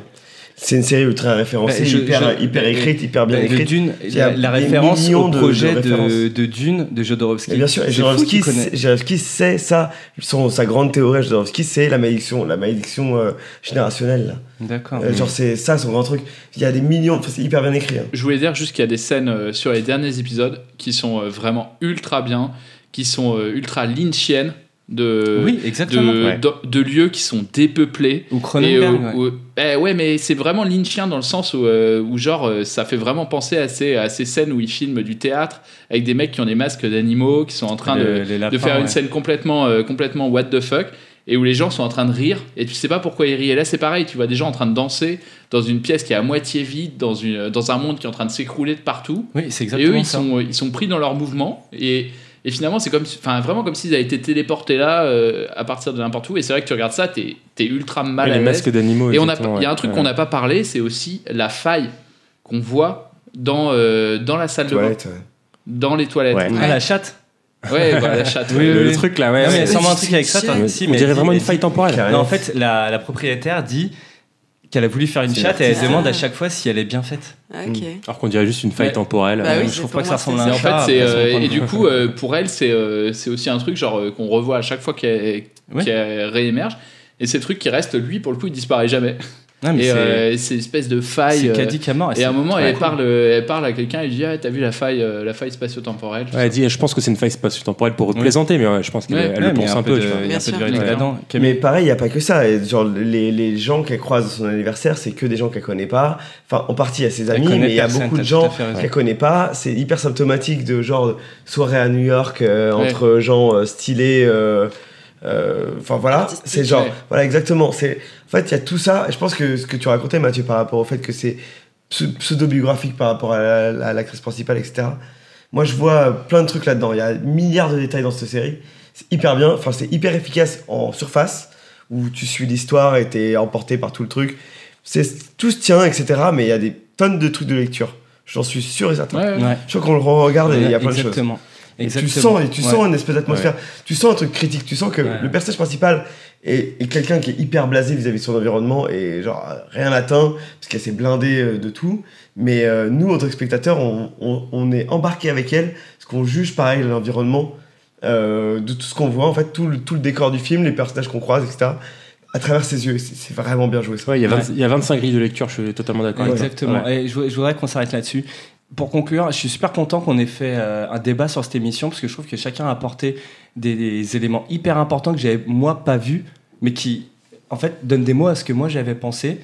C'est une série ultra référencée,
Bah, je-
hyper,
je- bah,
hyper écrite, hyper bien
Euh, De
écrite.
Dune,
Il y a
la, la
des
référence
millions
au
de- de
projet de,
références.
de Dune de Jodorowsky.
Et bien sûr,
C'est
et
fou
Jodorowsky,
qu'il connaît.
c'est- Jodorowsky, c'est ça. Son, sa grande théorie à Jodorowsky, c'est la malédiction, la malédiction euh, générationnelle. là.
D'accord.
Euh, Genre, c'est ça son grand truc. Il y a des millions, enfin, c'est hyper bien écrit. hein.
Je voulais dire juste qu'il y a des scènes euh, sur les derniers épisodes qui sont euh, vraiment ultra bien, qui sont euh, ultra lynchiennes. de
Oui, exactement.
de,
Ouais.
de- de lieux qui sont dépeuplés ou
Cronenberg,
eh ouais. mais c'est vraiment lynchien dans le sens où, euh, où genre euh, ça fait vraiment penser à ces, à ces scènes où ils filment du théâtre avec des mecs qui ont des masques d'animaux qui sont en train
Le-
de,
les lapins,
de faire
ouais.
une scène complètement euh, complètement what the fuck et où les gens sont en train de rire et tu sais pas pourquoi ils rient et là c'est pareil tu vois des gens en train de danser dans une pièce qui est à moitié vide dans une euh, dans un monde qui est en train de s'écrouler de partout
Oui, c'est
et eux,
exactement
ils
ça.
sont, euh, ils sont pris dans leur mouvement. Et, et finalement, c'est comme, si- enfin, vraiment comme s'ils avaient été téléportés là, euh, à partir de n'importe où. Et c'est vrai que tu regardes ça, t'es es ultra mal
Ouais,
à
les
l'aise.
masques d'animaux,
Ah, Et on a,
exactement,
il y a un
ouais.
truc
Ouais.
qu'on n'a pas parlé, c'est aussi la faille qu'on voit dans, euh, dans la salle
Toilette,
de bain. Dans les toilettes.
Ouais.
oui.
Ah, la chatte
Ouais, bah, la chatte.
Oui,
ouais.
le- le truc là, ouais.
Non, mais
ouais.
il y a sûrement un truc avec ça. toi.
Ouais.
Si,
on
mais
dirait
elle dit-
vraiment une
elle dit-
faille temporelle.
Non, en fait, la, la propriétaire dit qu'elle a voulu faire une
C'est
chatte et elle
artistique.
demande à chaque fois si elle est bien faite.
Ok.
Mm.
Alors qu'on dirait juste une faille
Ouais.
temporelle.
Bah oui,
je trouve
c'est
pas que ça
pour
ressemble à
Et
un
en fait,
chat.
c'est,
après, ça
euh,
dépend
et
de-
du coup, euh, pour elle, c'est euh, c'est aussi un truc genre euh, qu'on revoit à chaque fois qu'elle qu'elle réémerge. Et c'est le truc qui reste, lui, pour le coup, il disparaît jamais.
Non, Ah, mais
et
c'est-
euh, c'est une espèce de faille.
C'est
euh,
Kadi Kamar, et
Et à un
c'est
moment,
très
elle
cool.
parle, euh, elle parle à quelqu'un et lui dit ah, T'as vu la faille, euh, la faille spatio-temporelle
Ouais, elle dit, je pense que c'est une faille spatio-temporelle pour plaisanter, mais ouais, je pense qu'elle
Ouais.
elle
Ouais,
le
mais
pense
un
un
peu
peu.
de-
tu vois.
il y a un peu de
vérité là-dedans.
Mais pareil, il n'y a pas que ça. Et Genre, les, les gens qu'elle croise à son anniversaire, c'est que des gens qu'elle connaît pas. Enfin, en partie, il y a ses amis,
connaît
mais il y a
personne,
beaucoup de
t'as tout à
gens
fait raison.
qu'elle connaît pas. C'est hyper symptomatique de genre soirée à New York euh,
Ouais.
entre gens euh, stylés. euh, euh, Enfin voilà, c'est genre,
ouais.
voilà exactement. C'est en fait il y a tout ça. Et je pense que ce que tu racontais Mathieu par rapport au fait que c'est pse- pseudo-biographique par rapport à la- à l'actrice principale, etc. Moi, je vois plein de trucs là-dedans. Il y a milliards de détails dans cette série. C'est hyper bien. Enfin, c'est hyper efficace en surface, où tu suis l'histoire et t'es emporté par tout le truc. C'est tout se tient, etc. Mais il y a des tonnes de trucs de lecture. J'en suis sûr et certain.
Ouais, ouais.
Ouais.
Je crois qu'on le regarde et il y a plein
Exactement.
de choses. Et tu
Exactement.
sens, et tu
Ouais.
sens une espèce d'atmosphère. Tu sens un truc critique. Tu sens que le personnage principal est, est quelqu'un qui est hyper blasé vis-à-vis de son environnement et genre euh, rien atteint parce qu'elle s'est blindée euh, de tout. Mais euh, nous, en tant que spectateurs, on, on- on est embarqué avec elle parce qu'on juge pareil l'environnement euh, de tout ce qu'on voit, en fait, tout le, tout le décor du film, les personnages qu'on croise, etc. à travers ses yeux. C'est c'est vraiment bien joué. ça.
Ouais, il y a 20 il y a 25 grilles de lecture, je suis totalement d'accord. avec toi.
Exactement.
Ouais.
Et je, vou- je voudrais qu'on s'arrête là-dessus. Pour conclure, je suis super content qu'on ait fait euh, un débat sur cette émission parce que je trouve que chacun a apporté des, des éléments hyper importants que j'avais moi pas vus, mais qui en fait donnent des mots à ce que moi j'avais pensé.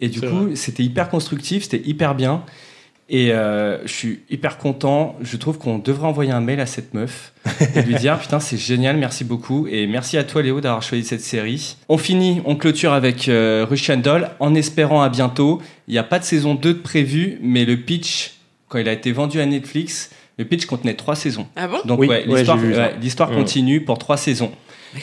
Et du
C'est
coup, c'était hyper constructif, c'était hyper bien. Et euh, je suis hyper content. Je trouve qu'on devrait envoyer un mail à cette meuf et lui dire putain c'est génial, merci beaucoup et merci à toi Léo d'avoir choisi cette série. On finit, on clôture avec euh, Russian Doll en espérant à bientôt. Il n'y a pas de saison 2 de prévu, mais le pitch quand il a été vendu à Netflix, le pitch contenait trois saisons.
Ah bon
Donc
Oui,
ouais,
ouais,
l'histoire
j'ai vu ça.
ouais, l'histoire
Ouais.
continue pour trois saisons.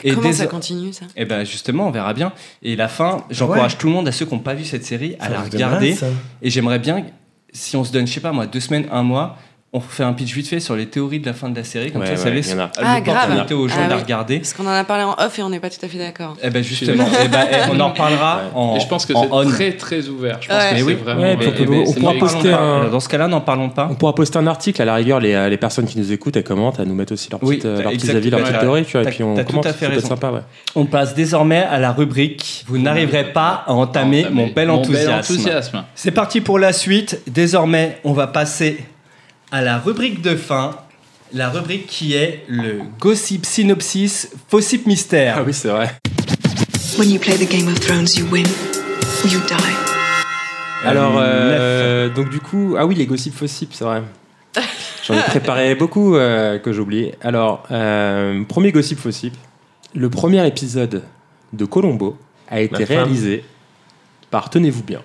Comment ça
déso-
continue ça
eh ben justement, on verra bien. Et la fin, j'encourage
Ouais.
tout le monde à ceux qui n'ont pas vu cette série à
Ça
la
me donne mal,
regarder.
ça.
et j'aimerais bien, si on se donne, je sais pas moi, deux semaines, un mois, on fait un pitch vite fait sur les théories de la fin de la série, comme
Ouais,
ça, ça
ouais,
laisse
y en a.
Ah,
l'opportunité
grave.
aux gens
Ah
de la
oui.
regarder.
Parce qu'on en a parlé en off et on n'est pas tout à fait d'accord.
Eh ben justement, eh ben, eh, on en reparlera en
Et je pense que
en
c'est
on.
très très ouvert. Je pense
Ouais.
que
Mais
c'est
oui.
vraiment.
Ouais, puis on peut- on
c'est
pourra
pas-
poster un-
Dans ce cas-là, n'en parlons pas.
On pourra poster un article à la rigueur, les, euh, les personnes qui nous écoutent, elles commentent, elles nous mettent aussi leurs,
Oui, bah,
petites, euh, leurs petits
exact,
avis, leurs
t'as-
petites théories, tu vois, et
t'as-
puis on
t'as tout
commente,
à
ça
fait
peut être
raison.
sympa, ouais.
On passe désormais à la rubrique. Vous n'arriverez pas à entamer mon bel enthousiasme.
enthousiasme.
C'est parti pour la suite. Désormais, on va passer à la rubrique de fin. La rubrique qui est le gossip synopsis fossip mystère.
oui, c'est vrai.
When you play the Game of Thrones, you win or you die.
Alors, euh, donc du coup, ah oui, les gossips fossips, c'est vrai. J'en ai préparé beaucoup euh, que j'ai oublié. Alors, euh, premier gossip fossip, le premier épisode de Colombo a été
La femme.
réalisé par, tenez-vous bien,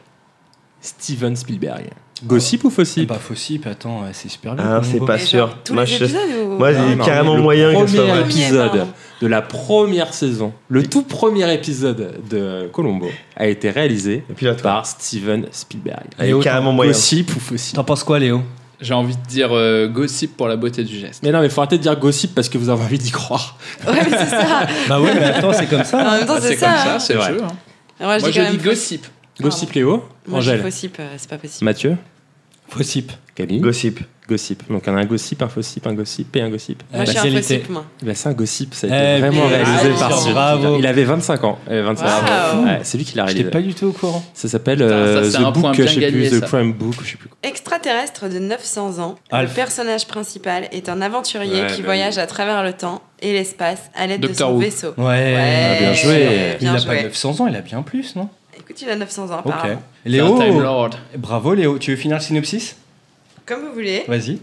Steven Spielberg. Gossip ou
Ah
fossip
Bah fossip, attends, ouais, c'est super bien.
Ah,
comme
c'est
mot.
pas
Et
sûr.
genre, tous
Moi,
les
je-
épisodes ou-
moi,
Non,
j'ai
non,
bah, carrément
mais Ah, le
moyen que ce soit
premier
vrai.
épisode
Premier, pardon.
de la première saison, le tout premier épisode de Colombo a été réalisé
Et puis là, toi.
par Steven Spielberg.
Il y a carrément moyen.
Gossip ou fossip
T'en penses quoi, Léo
J'ai envie de dire euh, gossip pour la beauté du geste.
Mais non, mais faut arrêter de dire gossip parce que vous avez envie d'y croire.
Ouais, mais c'est ça.
Bah ouais, mais attends, c'est comme ça.
En même temps,
Ah,
c'est
comme
ça.
ça,
hein.
c'est
C'est
le
vrai.
jeu. hein.
Moi, je
Moi
dis
je
quand
dis
même.
gossip.
Gossip Léo,
Moi, je dis
Angèle,
possible, euh, c'est pas possible.
Mathieu,
Fossip.
Camille,
Gossip.
Gossip. Donc on a un gossip, un fossip, un gossip et un gossip.
Moi, je suis un
Spécialité.
fossip, moi.
Bah, c'est un gossip, ça a
Eh,
été vraiment
bien
réalisé
sûr,
par celui-
bravo.
Il avait 25 ans. et 25 ans.
Bravo.
Ouais, c'est lui qui l'a réalisé.
J'étais pas du tout au courant.
Ça s'appelle euh,
Putain, ça, c'est un
The
point
Book,
bien
je sais
gagné,
plus, The
ça.
Crime Book, je sais plus.
Extraterrestre de 900 ans,
Alf.
le personnage principal est un aventurier
Ouais,
qui
bah
voyage à travers le temps et l'espace à l'aide de
Docteur
son
Who.
vaisseau.
Ouais,
Ouais,
bien joué.
bien
il a
joué.
pas 900 ans, il a bien plus, non
Écoute, il a 900 ans,
Ok.
apparemment.
Léo,
C'est un Time Lord.
bravo Léo. Tu veux finir le synopsis
Comme vous voulez.
Vas-y.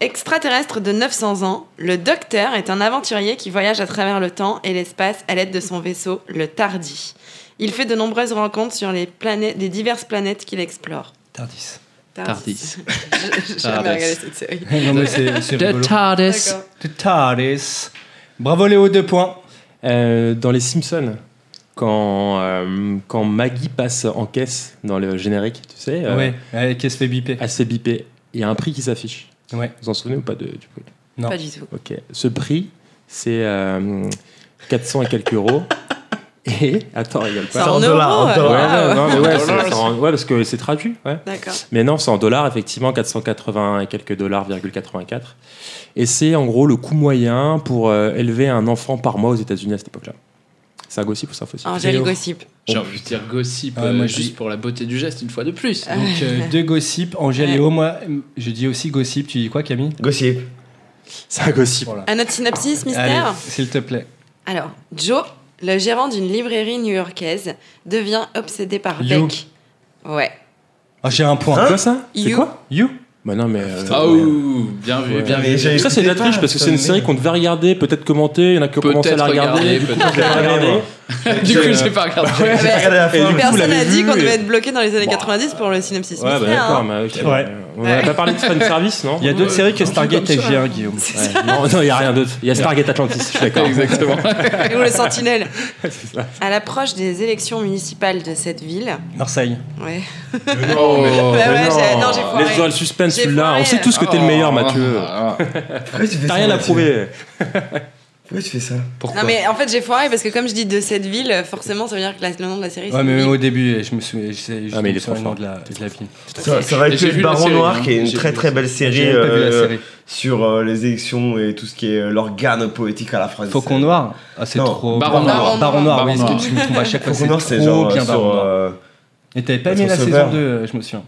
Extraterrestre de 900 ans, le Docteur est un aventurier qui voyage à travers le temps et l'espace à l'aide de son vaisseau, le Tardi. Il fait de nombreuses rencontres sur les, planètes, les diverses planètes qu'il explore.
Tardis. Tardis.
Tardis. Je- J'ai jamais
Tardis.
regardé cette série.
non, mais c'est, c'est
The
rigolo.
TARDIS. D'accord.
The TARDIS. Bravo Léo, deux points.
Euh, dans les Simpsons, quand, euh, quand Maggie passe en caisse dans le générique, tu sais, euh,
Ouais, ouais, qui se fait biper.
elle se fait biper, il y a un prix qui s'affiche.
Ouais.
Vous en souvenez ou pas de, du prix
Non.
Pas du tout.
Ok. Ce prix, c'est euh, 400 et quelques euros. Et attends, rigole pas.
C'est euh, en 100 euros, dollars, en ouais. dollars.
Ouais, non,
Oh
non, mais ouais,
En
c'est-
dollars.
c'est en- ouais, parce que c'est traduit. Ouais.
D'accord.
Mais non, c'est en dollars, effectivement, 480 et quelques dollars, 84. Et c'est en gros le coût moyen pour euh, élever un enfant par mois aux États-Unis à cette époque-là. C'est un gossip ou c'est un fossile
Un joli gossip.
J'ai envie de dire gossip,
Ah,
euh,
moi, je dis-
juste pour la beauté du geste, une fois de plus.
Donc euh, deux gossip, Angèle
Ouais.
Léo, moi je dis aussi gossip, tu dis quoi Camille
Gossip.
C'est un gossip.
Un autre synopsis, mystère
Allez, s'il te plaît.
Alors, Joe, le gérant d'une librairie new-yorkaise, devient obsédé par
You.
Beck. Ouais.
Ah, j'ai un point.
C'est quoi ça C'est
You.
quoi
You
Bah non, mais. euh,
Ah,
ouais.
ouh, bien vu,
Ouais.
Ah,
bien
Mais
vu.
j'ai- Ça, c'est de la triche parce que c'est une série qu'on devait regarder, peut-être commenter. Il y en a qui ont commencé à la
Peut-être
regarder.
regarder,
du coup,
peut-être
je l'ai pas
regarder.
regardée.
Du coup, j'ai pas regardé.
Ouais, j'ai regardé la fin. Et du coup, vous
Personne
l'avez
n'a dit
vu
qu'on
et- Bah,
devait être bloqué dans les années 90 pour le synopsis.
Ouais, bah
mystère,
d'accord,
hein.
mais ok.
Ouais.
On n'a pas parlé de fan service, non
Il y a d'autres séries que Stargate FG1, Guillaume.
Ouais. Non, non, il n'y a rien d'autre. Il y a Stargate Atlantis, je suis d'accord.
Exactement.
Et où le sentinelle
C'est ça.
À l'approche des élections municipales de cette ville,
Marseille.
ouais. Bah
Oh,
ouais,
mais
j'ai- non, j'ai foiré.
Laisse-toi le suspense,
J'ai
celui-là.
foiré.
On sait tous que
Oh.
t'es le meilleur, Mathieu.
Ah
Pourquoi tu fais ça,
T'as rien à
Mathieu
prouver.
Pourquoi tu fais ça
Pourquoi
Non mais en fait j'ai foiré parce que comme je dis de cette ville, forcément ça veut dire que la- le nom de la série c'est
Ouais, mais
une
même
ville.
au début, eh, je me souviens, je sais, je
Ah, mais il
me
est trop
souviens le nom
fort.
de la, de la ville.
Ça, ça va
Et
être
j'ai
le
vu la
Baron
série,
Noir,
hein.
qui est une
J'ai
très
vu-
très belle
J'ai
série
même pas vu la
euh,
série.
sur euh, les élections et tout ce qui est euh, l'organe poétique à la française.
Faucon Noir Ah, c'est
Non.
trop.
Baron
Noir.
Baron Noir,
Baron
oui,
Noir.
parce que tu me trompes à chaque fois.
Faucon
C'est
Noir, c'est genre
trop
euh,
bien Baron
sur.
Noir.
euh,
Et t'avais pas
Patron
aimé la saison
Sauveur.
2, euh, je me souviens.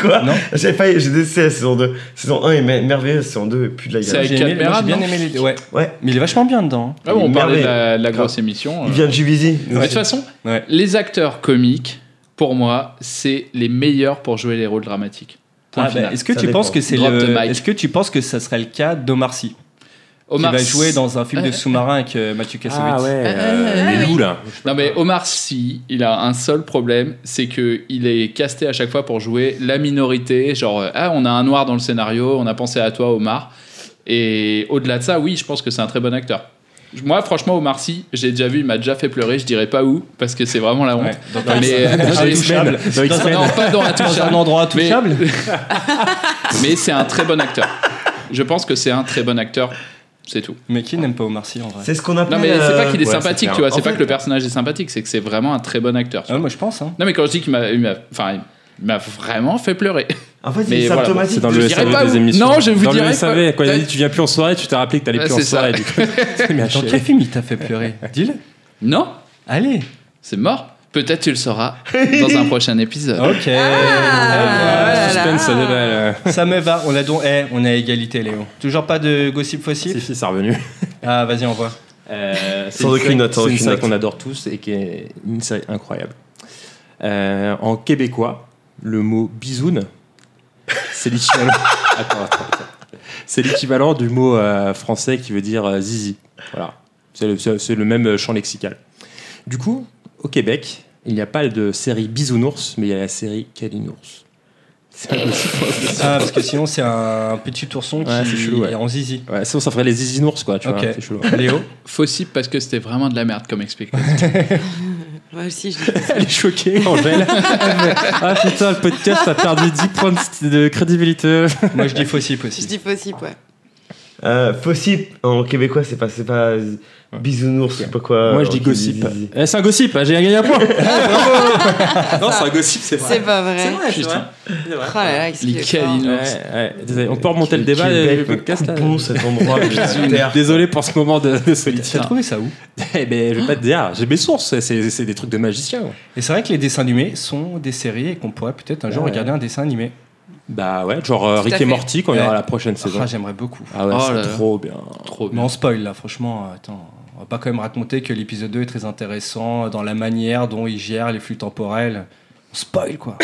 Quoi
Non.
J'ai failli, j'ai détesté la saison 2. Saison 1 est mer- merveilleuse, saison 2 est plus de la
C'est
gueule.
avec
J'ai aimé- moi,
Cadmeran,
j'ai bien
non
aimé les deux. Ouais.
Ouais.
Mais il est vachement bien dedans. hein.
Ah bon, on
Il est
parlait de la,
merveilleux.
la grosse émission.
Il
euh.
vient de Juvisy.
Mais De toute façon,
Ouais.
les acteurs comiques, pour moi, c'est les meilleurs pour jouer les rôles dramatiques. Point
Ah, bah,
final.
Est-ce que
Ça
tu
dépend.
penses que c'est
Drop the
le...
mic.
Est-ce que tu penses que ça serait le cas d'Omar Sy
Omar
qui va jouer
Sy-
dans un film de
Ouais.
sous-marin avec euh, Mathieu Kassovitz.
Ah ouais,
Ah,
euh, les
oui.
loups là.
Non mais Omar Sy, il a un seul problème, c'est que il est casté à chaque fois pour jouer la minorité, genre euh, ah on a un noir dans le scénario, on a pensé à toi Omar. Et au-delà de ça, oui, je pense que c'est un très bon acteur. Moi, franchement, Omar Sy, j'ai déjà vu, il m'a déjà fait pleurer, je dirais pas où, parce que c'est vraiment la honte.
Ouais, dans
Mais, euh,
Dans
j'ai-
Intouchable.
Dans X-Men.
Non, pas dans
Dans
Intouchable.
un endroit
Mais-
touchable
Mais c'est un très bon acteur. Je pense que c'est un très bon acteur. C'est tout.
Mais qui n'aime pas Omar Sy en vrai
C'est ce qu'on appelle. euh,
Non, mais c'est pas qu'il est
ouais,
sympathique,
c'est
tu
clair.
vois. C'est
En
pas
fait-
que le personnage est sympathique, c'est que c'est vraiment un très bon acteur. tu
Ah,
vois.
Moi je pense. Hein.
Non, mais quand je dis qu'il m'a, il m'a- enfin, il m'a vraiment fait pleurer.
En fait,
Mais
il est
voilà,
C'est
symptomatique.
dans
Je
le
dirais
SAV
pas
des
où.
émissions.
Non, je vous
dans
dirais
le
pas.
SAV, quand il a dit
Ouais.
tu viens plus en soirée, tu t'es rappelé que t'allais
Ouais,
plus en
c'est ça.
soirée. du coup. Mais à
Dans
chier.
quel film il t'a fait pleurer Dis-le.
Non,
Allez.
c'est mort. Peut-être tu le sauras dans un prochain
Ah
épisode.
Ok.
Ah, voilà.
Suspense, ça déballe, euh.
Ça me va. On a donc. Eh, on a égalité, Léo. Toujours pas de gossip
Si,
fossile
si, c'est revenu.
Ah, vas-y, envoie.
Euh, c'est
Sans
une
aucune
série-
note, sans
C'est une
aucune
série
note.
qu'on adore tous et qui est une série incroyable. Euh, en québécois, le mot bisoun, c'est l'équivalent. Attends, attends, attends. C'est l'équivalent du mot euh, français qui veut dire euh, zizi. Voilà. C'est le, c'est- c'est le même euh, champ lexical. Du coup, au Québec, il n'y a pas de série bisounours, mais il y a la série calinours. C'est un gossip.
Ah, parce que sinon, c'est un petit ourson qui
Ouais, c'est chelou, ouais.
est en zizi.
Ouais, sinon, ça ferait les zizinours, quoi. Tu
Ok.
vois, c'est chelou.
Léo
Fossile parce que c'était vraiment de la merde comme explication.
Moi aussi je dis
Elle est choquée, Angèle. ah putain, le podcast a perdu 10 points de de crédibilité.
Moi, je dis fossile
Je
aussi.
dis possible, ouais.
Euh, Fossip, en québécois, c'est pas, c'est pas bisounours, je sais pas quoi.
Moi, je dis
Ok,
gossip.
zizi.
Eh, c'est un gossip, hein, j'ai gagné un point. non, c'est un gossip, c'est vrai.
C'est pas vrai.
C'est vrai, c'est vrai.
Oh là là, qu'est-ce qu'il est fort.
Ouais, ouais. Désolé, On peut remonter le débat
Québec,
du
euh, le
podcast. là.
coupon, cet endroit,
Je
la
suis
terre.
Désolé pour ce moment de, de solitude.
T'as trouvé ça où
Eh ben, je vais pas te dire. J'ai mes sources. c'est- C'est c'est des trucs de magicien.
Et c'est vrai que les dessins animés sont des séries et qu'on pourrait peut-être un jour
Ouais.
regarder un dessin animé.
Bah ouais, genre euh,
Tout à
Rick
fait.
et Morty quand il y
Ouais.
aura la prochaine
Ah,
saison.
j'aimerais beaucoup.
Ah ouais,
Oh
c'est
là là.
trop bien.
Mais on spoil là, franchement, euh, attends. On va pas quand même raconter que l'épisode 2 est très intéressant euh, dans la manière dont il gère les flux temporels. On spoil quoi.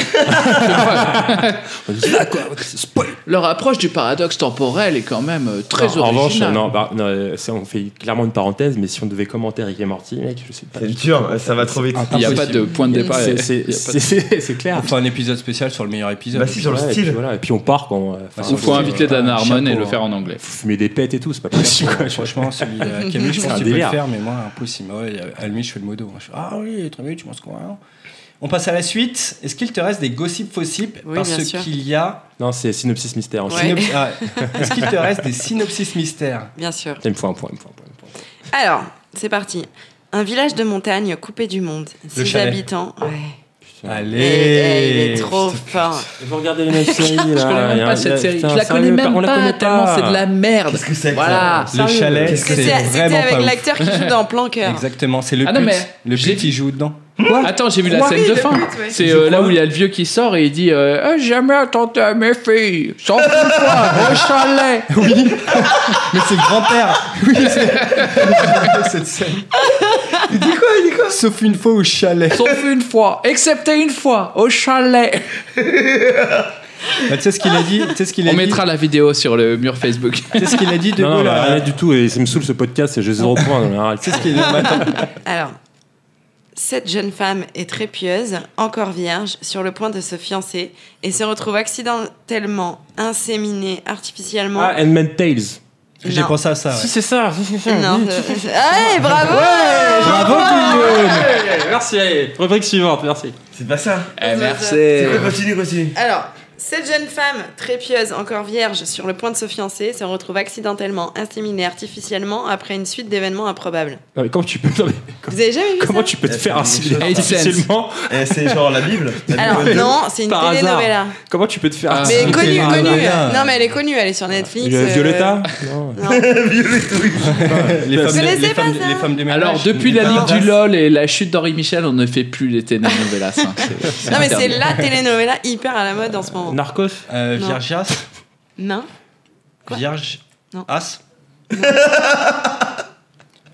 Ah,
Leur approche du paradoxe temporel est quand même euh, très
Non, en revanche,
originale.
non, bah, non, euh, c'est- on fait clairement une parenthèse, mais si on devait commenter Rick et Morty, mec, je sais pas.
C'est dur, hein, ça va trop vite.
Il y a pas de point de départ. C'est- c'est- c'est- c'est clair.
On fera un épisode spécial sur le meilleur épisode.
Bah si, sur le Ouais, et style. puis voilà, et puis on part quand. euh,
Il faut inviter Dan Harmon et le faire en anglais.
Fumer des pets et tout, c'est pas possible. quoi.
Franchement, celui de Camille, je
C'est
pense
un
qu'il peut le
délire.
faire, mais moi, impossible. Ouais, à lui, je fais le modo. Je fais, ah oui, très bien, tu penses quoi hein On passe à la suite. Est-ce qu'il te reste des gossips fossips
Oui,
Parce
bien sûr.
qu'il y a.
Non, c'est synopsis mystère. en fait.
Synop- Ah, Est-ce qu'il te reste des synopsis mystères
Bien sûr.
Il me faut un point, il me faut un point.
Alors, c'est parti. Un village de montagne coupé du monde.
Le
Six
chalet.
habitants. Ouais.
Allez
Eh, eh, il est trop fort.
Vous regardez les mêmes séries là.
Je connais même
y a-
pas cette
là,
série.
putain,
Je la
sérieux,
connais même
on la
pas
connaît
tellement c'est de la merde. Voilà.
Le
Sérieux.
chalet,
Parce que
c'est
c'est- c'était
vraiment
avec
pas ouf.
l'acteur qui joue dans Plan Cœur.
Exactement, c'est le
Ah
ah,
non, mais
le pute il joue dedans.
Attends, j'ai vu la
Oui,
scène de
le
fin.
but, ouais.
C'est
Je
euh, là
crois.
où il y a le vieux qui sort et il dit euh, Ah, J'ai jamais attendu à mes filles. Sans plus quoi, au chalet.
Oui, mais c'est le grand-père. Oui, c'est cette scène. Il dit quoi Il dit quoi Sauf une fois au chalet.
Sauf une fois, excepté une fois, au chalet.
Bah, tu sais ce qu'il a dit Tu sais ce qu'il a
On
dit Eh,
mettra la vidéo sur le mur Facebook.
Tu sais ce qu'il a dit de
Non, non,
Gaulle,
bah,
euh,
rien du tout. Et ça me saoule ce podcast, c'est j'ai zéro point. en général.
Tu sais ce qu'il a dit maintenant
Alors, cette jeune femme est très pieuse, encore vierge, sur le point de se fiancer et se retrouve accidentellement inséminée artificiellement.
Ah, Handmaid's Tales.
J'ai
Non.
pensé à ça.
Si, c'est ça. si, c'est ça.
Non, je- Allez, bravo
Bravo,
Guillaume
Merci. Rubrique suivante, merci.
C'est pas ça.
merci.
Eh,
C'est quoi, Continue, continue.
Alors, cette jeune femme, très pieuse, encore vierge, sur le point de se fiancer, se retrouve accidentellement inséminée artificiellement après une suite d'événements improbables.
Non, mais comment tu peux, non, mais
Vous avez jamais vu
comment
ça
tu peux te
Eh,
faire
c'est des
inséminer
choses, ça.
artificiellement
Eh, c'est genre la Bible. La
Alors,
Bible de-
non, c'est une
Par hasard. Ah,
telenovela.
Comment tu peux te faire
Mais
inséminer
connue,
par-
connue.
Ah,
Non, mais elle est connue, elle est sur Netflix.
Euh,
euh,
Violetta
les, femmes,
connaissez
les,
pas
femmes, les femmes de ménage.
Alors, depuis la
Non.
Ligue du LOL et la chute d'Henri Michel, on ne fait plus les telenovelas. hein. C'est-
Non, mais c'est
interdit.
la telenovela hyper à la mode en ce moment.
Narcos
Euh,
Non.
Vierge As
Non
Vierge
Non.
As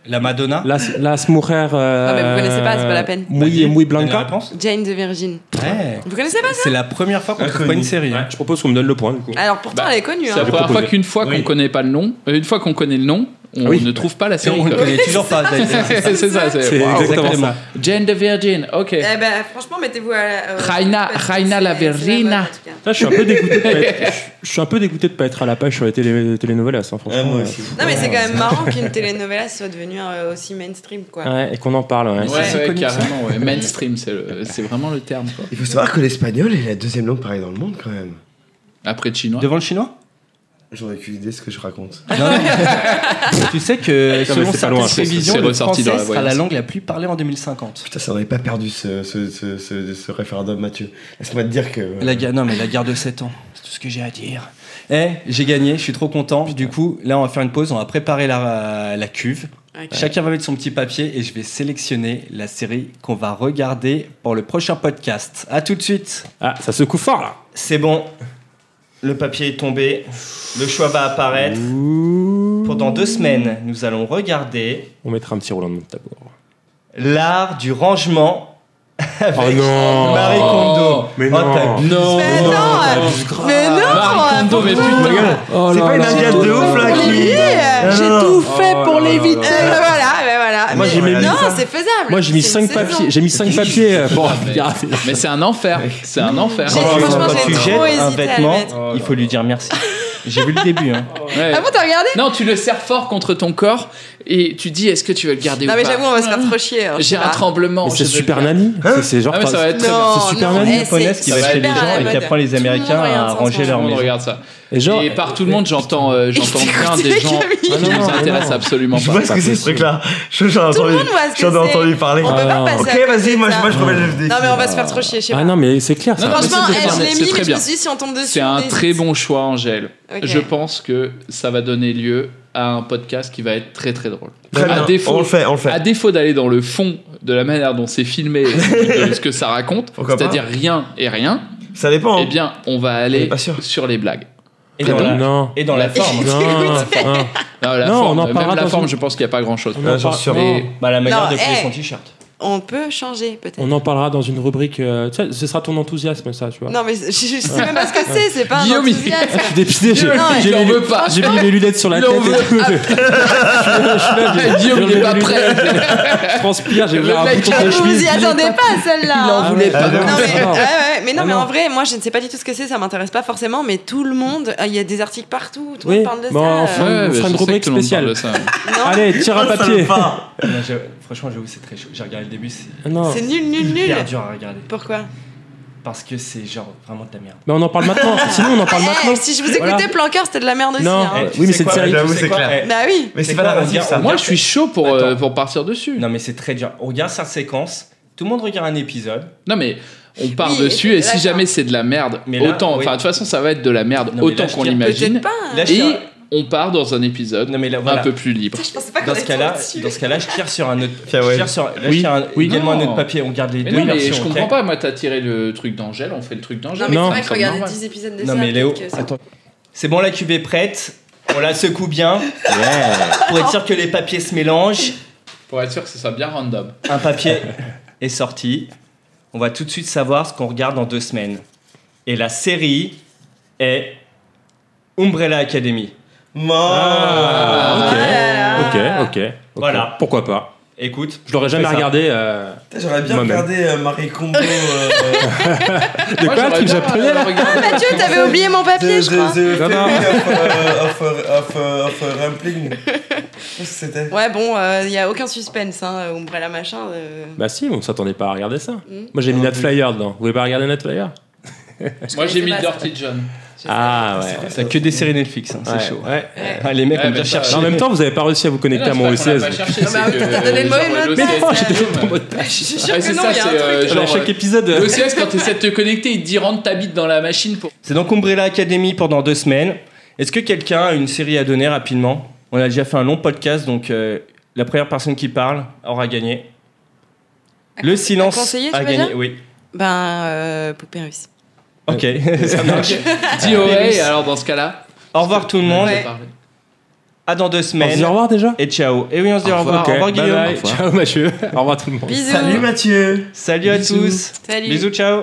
La Madonna
Las, las mujer.
Non, Ah, mais vous connaissez pas, c'est pas la peine.
Muy, muy
La
blanca.
réponse
Jane de Virgin.
Ouais.
Vous connaissez pas ça
C'est la première fois qu'on trouve
Inconnue.
pas une série. hein.
Ouais, je propose qu'on me donne le point du coup.
Alors
Bah,
pourtant, elle est connue.
C'est la
Hein.
première fois
proposé.
qu'une fois qu'on
Oui.
connaît pas le nom, euh, une fois qu'on connaît le nom, on
Oui.
ne trouve pas la
Et
série.
on ne
quoi.
connaît toujours pas. d'ailleurs.
C'est ça,
C'est
waouh.
exactement ça.
Jane the Virgin, ok.
Eh ben, franchement, mettez-vous à la. euh,
Raina-
parce que
Raina
c'est-
la
c'est mode,
Virgina.
en tout cas.
Là, je suis un peu dégoûté. De pas être, je- je suis un peu dégoûté de pas être à la page sur les télé, telenovelas, hein, franchement.
Ouais, moi aussi.
Non, mais c'est quand même marrant qu'une telenovela soit devenue euh, aussi mainstream, quoi.
Ah.
Ouais, et qu'on en parle.
Ah,
Ouais.
Ouais,
c'est
ouais,
connu, ça.
carrément, ouais. mainstream, c'est le- c'est vraiment le terme. quoi.
Il faut savoir que l'espagnol est la deuxième langue parlée dans le monde quand même.
Après le chinois.
Devant le chinois
J'aurais aucune idée de ce que je raconte.
Non, mais- tu sais que
mais
selon
c'est pas loin,
certaines
c'est-
prévisions,
c'est
le
ressorti dans
français
la
sera la
voyance.
langue la plus parlée en 2050.
Putain, ça n'aurait pas perdu ce, ce, ce, ce, ce référendum, Mathieu. Laisse-moi te dire que. euh,
La guerre, non, mais la guerre de 7 ans, c'est tout ce que j'ai à dire. Eh, j'ai gagné, je suis trop content. Du coup, là, on va faire une pause, on va préparer la, la cuve.
Ok.
Chacun va mettre son petit papier et je vais sélectionner la série qu'on va regarder pour le prochain podcast. À tout de suite.
Ah, ça secoue fort là.
C'est bon, le papier est tombé, le choix va apparaître. Pendant deux semaines, nous allons regarder
On mettra un petit roulement de tambour.
l'art du rangement avec
Oh non
Marie Kondo.
Mais
Oh,
non.
t'as-
Non
Mais non, mais non,
Marie Kondo, mais putain,
Oh
C'est
là
pas une
là.
indienne de ouf là qui.
Olivier,
Non,
Ah.
j'ai
non,
tout
Oh
fait
là
pour
là
l'éviter.
là
Ben voilà, ben voilà.
Moi,
Mais-
j'ai mis-
non, c'est faisable.
Moi j'ai mis
C'est une
5
saison.
papiers, j'ai mis 5 papiers euh, pour
Ah, Mais,
regarder.
mais c'est un enfer, c'est un enfer.
J'ai- franchement,
quand
j'ai
tu
trop
jettes
hésité à
un
le
vêtement,
mettre.
il faut lui dire merci. J'ai vu le début. Hein.
Ouais.
Ah bon, t'as regardé
Non, tu le serres fort contre ton corps et tu dis est-ce que tu veux le garder
Non,
ou
mais
pas
j'avoue, on va se faire trop chier. hein, je
J'ai
sais
un
pas.
tremblement.
Mais
je
c'est
veux le
super
faire.
nanny C'est- C'est genre
Ah, mais ça va être très
Non,
C'est super
non,
bien.
eh,
japonaise qui
c'est
va chez les
super à
gens
la
et qui
mode.
apprend les
Tout le monde
Américains
regarde
à
ça en ce
ranger leur
moment.
Tout le monde
maison.
regarde ça.
Et, par tout le monde, j'entends euh, j'entends bien des gens qui
Camille. Ah non,
nous
non,
intéressent
non.
absolument
Je
pas.
vois ce que c'est ce truc-là. Je- J'en ai entendu,
monde voit ce que
j'en ai
c'est.
entendu parler.
On peut pas passer à
ok,
côté
vas-y,
de
moi, je-
ça.
moi je remets le
Non, mais on va se faire trop chier, je sais
Ah
pas.
non, mais c'est clair.
Non,
ça.
non,
Franchement,
c'est-
eh, je l'ai
c'est
mis,
très
mais je
bien.
me suis dit, si on tombe dessus,
C'est
on
un
hésite.
très bon choix, Angèle.
Ok.
Je pense que ça va donner lieu à un podcast qui va être très très drôle.
Très
à
bien,
défaut,
on le fait, on le fait.
À défaut d'aller dans le fond de la manière dont c'est filmé, de ce que ça raconte,
Pourquoi pas.
c'est-à-dire rien et rien.
Ça dépend. hein.
Eh bien, on va aller sur les blagues.
Et dans la-
Non.
et dans la forme.
Non, non.
Non, Ah, la
Non,
forme,
on en parlera
même la
dans
forme,
une-
je pense qu'il n'y a pas grand chose.
On en parle-
Mais
Bah, la manière
Non,
de coller
eh.
son t-shirt.
On peut changer, peut-être.
On en parlera dans une rubrique. euh, tu sais, ce sera ton enthousiasme, ça, tu vois. Ah,
Non, mais je, je sais même pas ce que c'est, c'est pas un
Guillaume, il-
enthousiasme.
Je suis dépité, j'ai
Non, mais-
j'ai
Il en
mis,
veut pas.
Ah, j'ai mis mes lunettes sur la
Il
tête.
en veut Ah,
et tout. Je- je- je- je-
Guillaume, il est
mes
pas
lunettes,
prêt.
Je transpire, j'ai ouvert un
mec
bouton
a
de
Vous
chemise.
y attendez pas, celle-là.
Il en
hein.
voulait pas.
Non,
Ah,
mais,
non.
ouais, ouais, mais non,
Ah,
mais en
non.
vrai, moi, je ne sais pas du tout ce que c'est, ça m'intéresse pas forcément, mais tout le monde, ah, il y a des articles partout, tout le
Oui,
monde parle de
bon,
ça. Euh,
on fera,
Ouais,
on
mais
fera
je
une
sais
rubrique
que tout le monde
spéciale.
parle de ça.
Allez,
Ah,
tire un
Oh, le
papier.
salopard.
Non, j'ai- Franchement, j'avoue, c'est très chaud. J'ai regardé le début, c'est
Non.
C'est nul, nul, nul.
hyper dur à regarder.
Pourquoi
Parce que c'est genre vraiment de la merde.
Mais on en parle maintenant. Sinon, on en parle maintenant.
Eh, Si je vous écoutais,
Voilà.
Planqueur, c'était de la merde aussi.
Non.
hein.
Eh, oui, mais c'est une série.
J'avoue, c'est clair.
Bah oui.
Mais c'est pas narratif ça.
Moi, je suis chaud pour, euh, pour partir dessus.
Non, mais c'est très dur. On regarde sa séquence, tout le monde regarde un épisode.
Non, mais on part
Oui,
dessus et si
d'accord.
jamais c'est de la merde,
Mais là,
autant.
oui.
Enfin, de toute façon, ça va être de la merde
Non, mais
autant
là, je
qu'on
tire-
l'imagine.
Peut-être pas.
Là, je
Et
tire-
on part dans un épisode
Non, mais là, voilà.
un peu plus libre.
Putain, je pensais pas qu'on
Dans ce
était
cas-là,
là-dessus.
dans ce cas-là, je tire sur un autre.
Tiens, ouais.
Je tire sur, là,
Oui,
je tire un-
oui.
également
Non.
un autre papier. On garde les
Mais
deux
non, mais
versions.
je
ok
comprends pas. Moi, t'as tiré le truc d'Angèle, on fait le truc
Non,
d'Angèle.
mais
Non.
c'est vrai que
Comme
regarder
normal.
10 épisodes de ça.
Non mais Léo,
peut-être que ça-
attends. C'est bon, la cuve est prête. On la secoue bien pour être sûr que les papiers se mélangent.
Pour être sûr que ce soit bien random.
Un papier est sorti. On va tout de suite savoir ce qu'on regarde dans deux semaines. Et la série est Umbrella Academy.
Mort.
Ah là là.
Ok, ok. ok.
Voilà.
Pourquoi pas
Écoute,
Je l'aurais
fais
jamais
ça.
regardé. euh,
Putain, J'aurais bien
Moi-même.
regardé euh, Marie Combo. euh,
De quoi le truc japonais là
Mathieu, t'avais oublié mon
The,
papier, je crois.
the, the
Non, non.
Theory of, euh, of, euh, of, euh, of, euh, Rampling. Je sais pas ce que c'était.
Ouais, bon, il n'y a aucun suspense, hein, Umbrella machin. euh.
Bah si, on s'attendait pas à regarder ça.
Hmm.
Moi
Ah,
j'ai mis Nat Flyer dedans. Vous voulez pas regarder Nat Flyer
Moi, j'ai mis
pas ça.
Dirty John.
Ah ouais.
C'est que des séries Netflix, hein, c'est
Ouais,
chaud.
ouais.
Ah, les mecs
Ouais,
ont bien
mais ça,
cherché.
Non, En même temps, vous avez pas réussi à vous connecter à
Non,
mon E
c'est pas qu'on
OCS.
l'a pas cherché, c'est
mais
que,
t'as donné le
euh,
mauvais
genre,
mot de passe.
l'OCS,
Mais non, j'étais
euh,
ton mot de passe.
Je suis
Ouais,
sûre
c'est
que non,
ça,
il y a
c'est,
un
euh,
truc.
genre,
À chaque épisode. euh,
L'OCS, quand t'essaies de te connecter, il te dit rentre ta bite dans la machine pour.
C'est donc Umbrella Academy pendant deux semaines. Est-ce que quelqu'un a une série à donner rapidement On a déjà fait un long podcast, donc euh, la première personne qui parle aura gagné. Le silence
conseiller, tu
a
veux
gagné,
dire
oui.
Ben, euh, Poupée Russe.
Ok, ça marche.
Dis ouais, alors dans ce cas-là.
Au revoir tout le monde.
Ah, Ouais.
À dans deux
On se dit au
semaines.
revoir déjà
Et ciao. Et oui, on se dit
Au
au revoir.
revoir.
Au revoir,
Bye
Guillaume.
bye. Ciao Mathieu. Au revoir tout le monde.
Bisous.
Salut Mathieu.
Salut à tous.
Salut.
Bisous, ciao.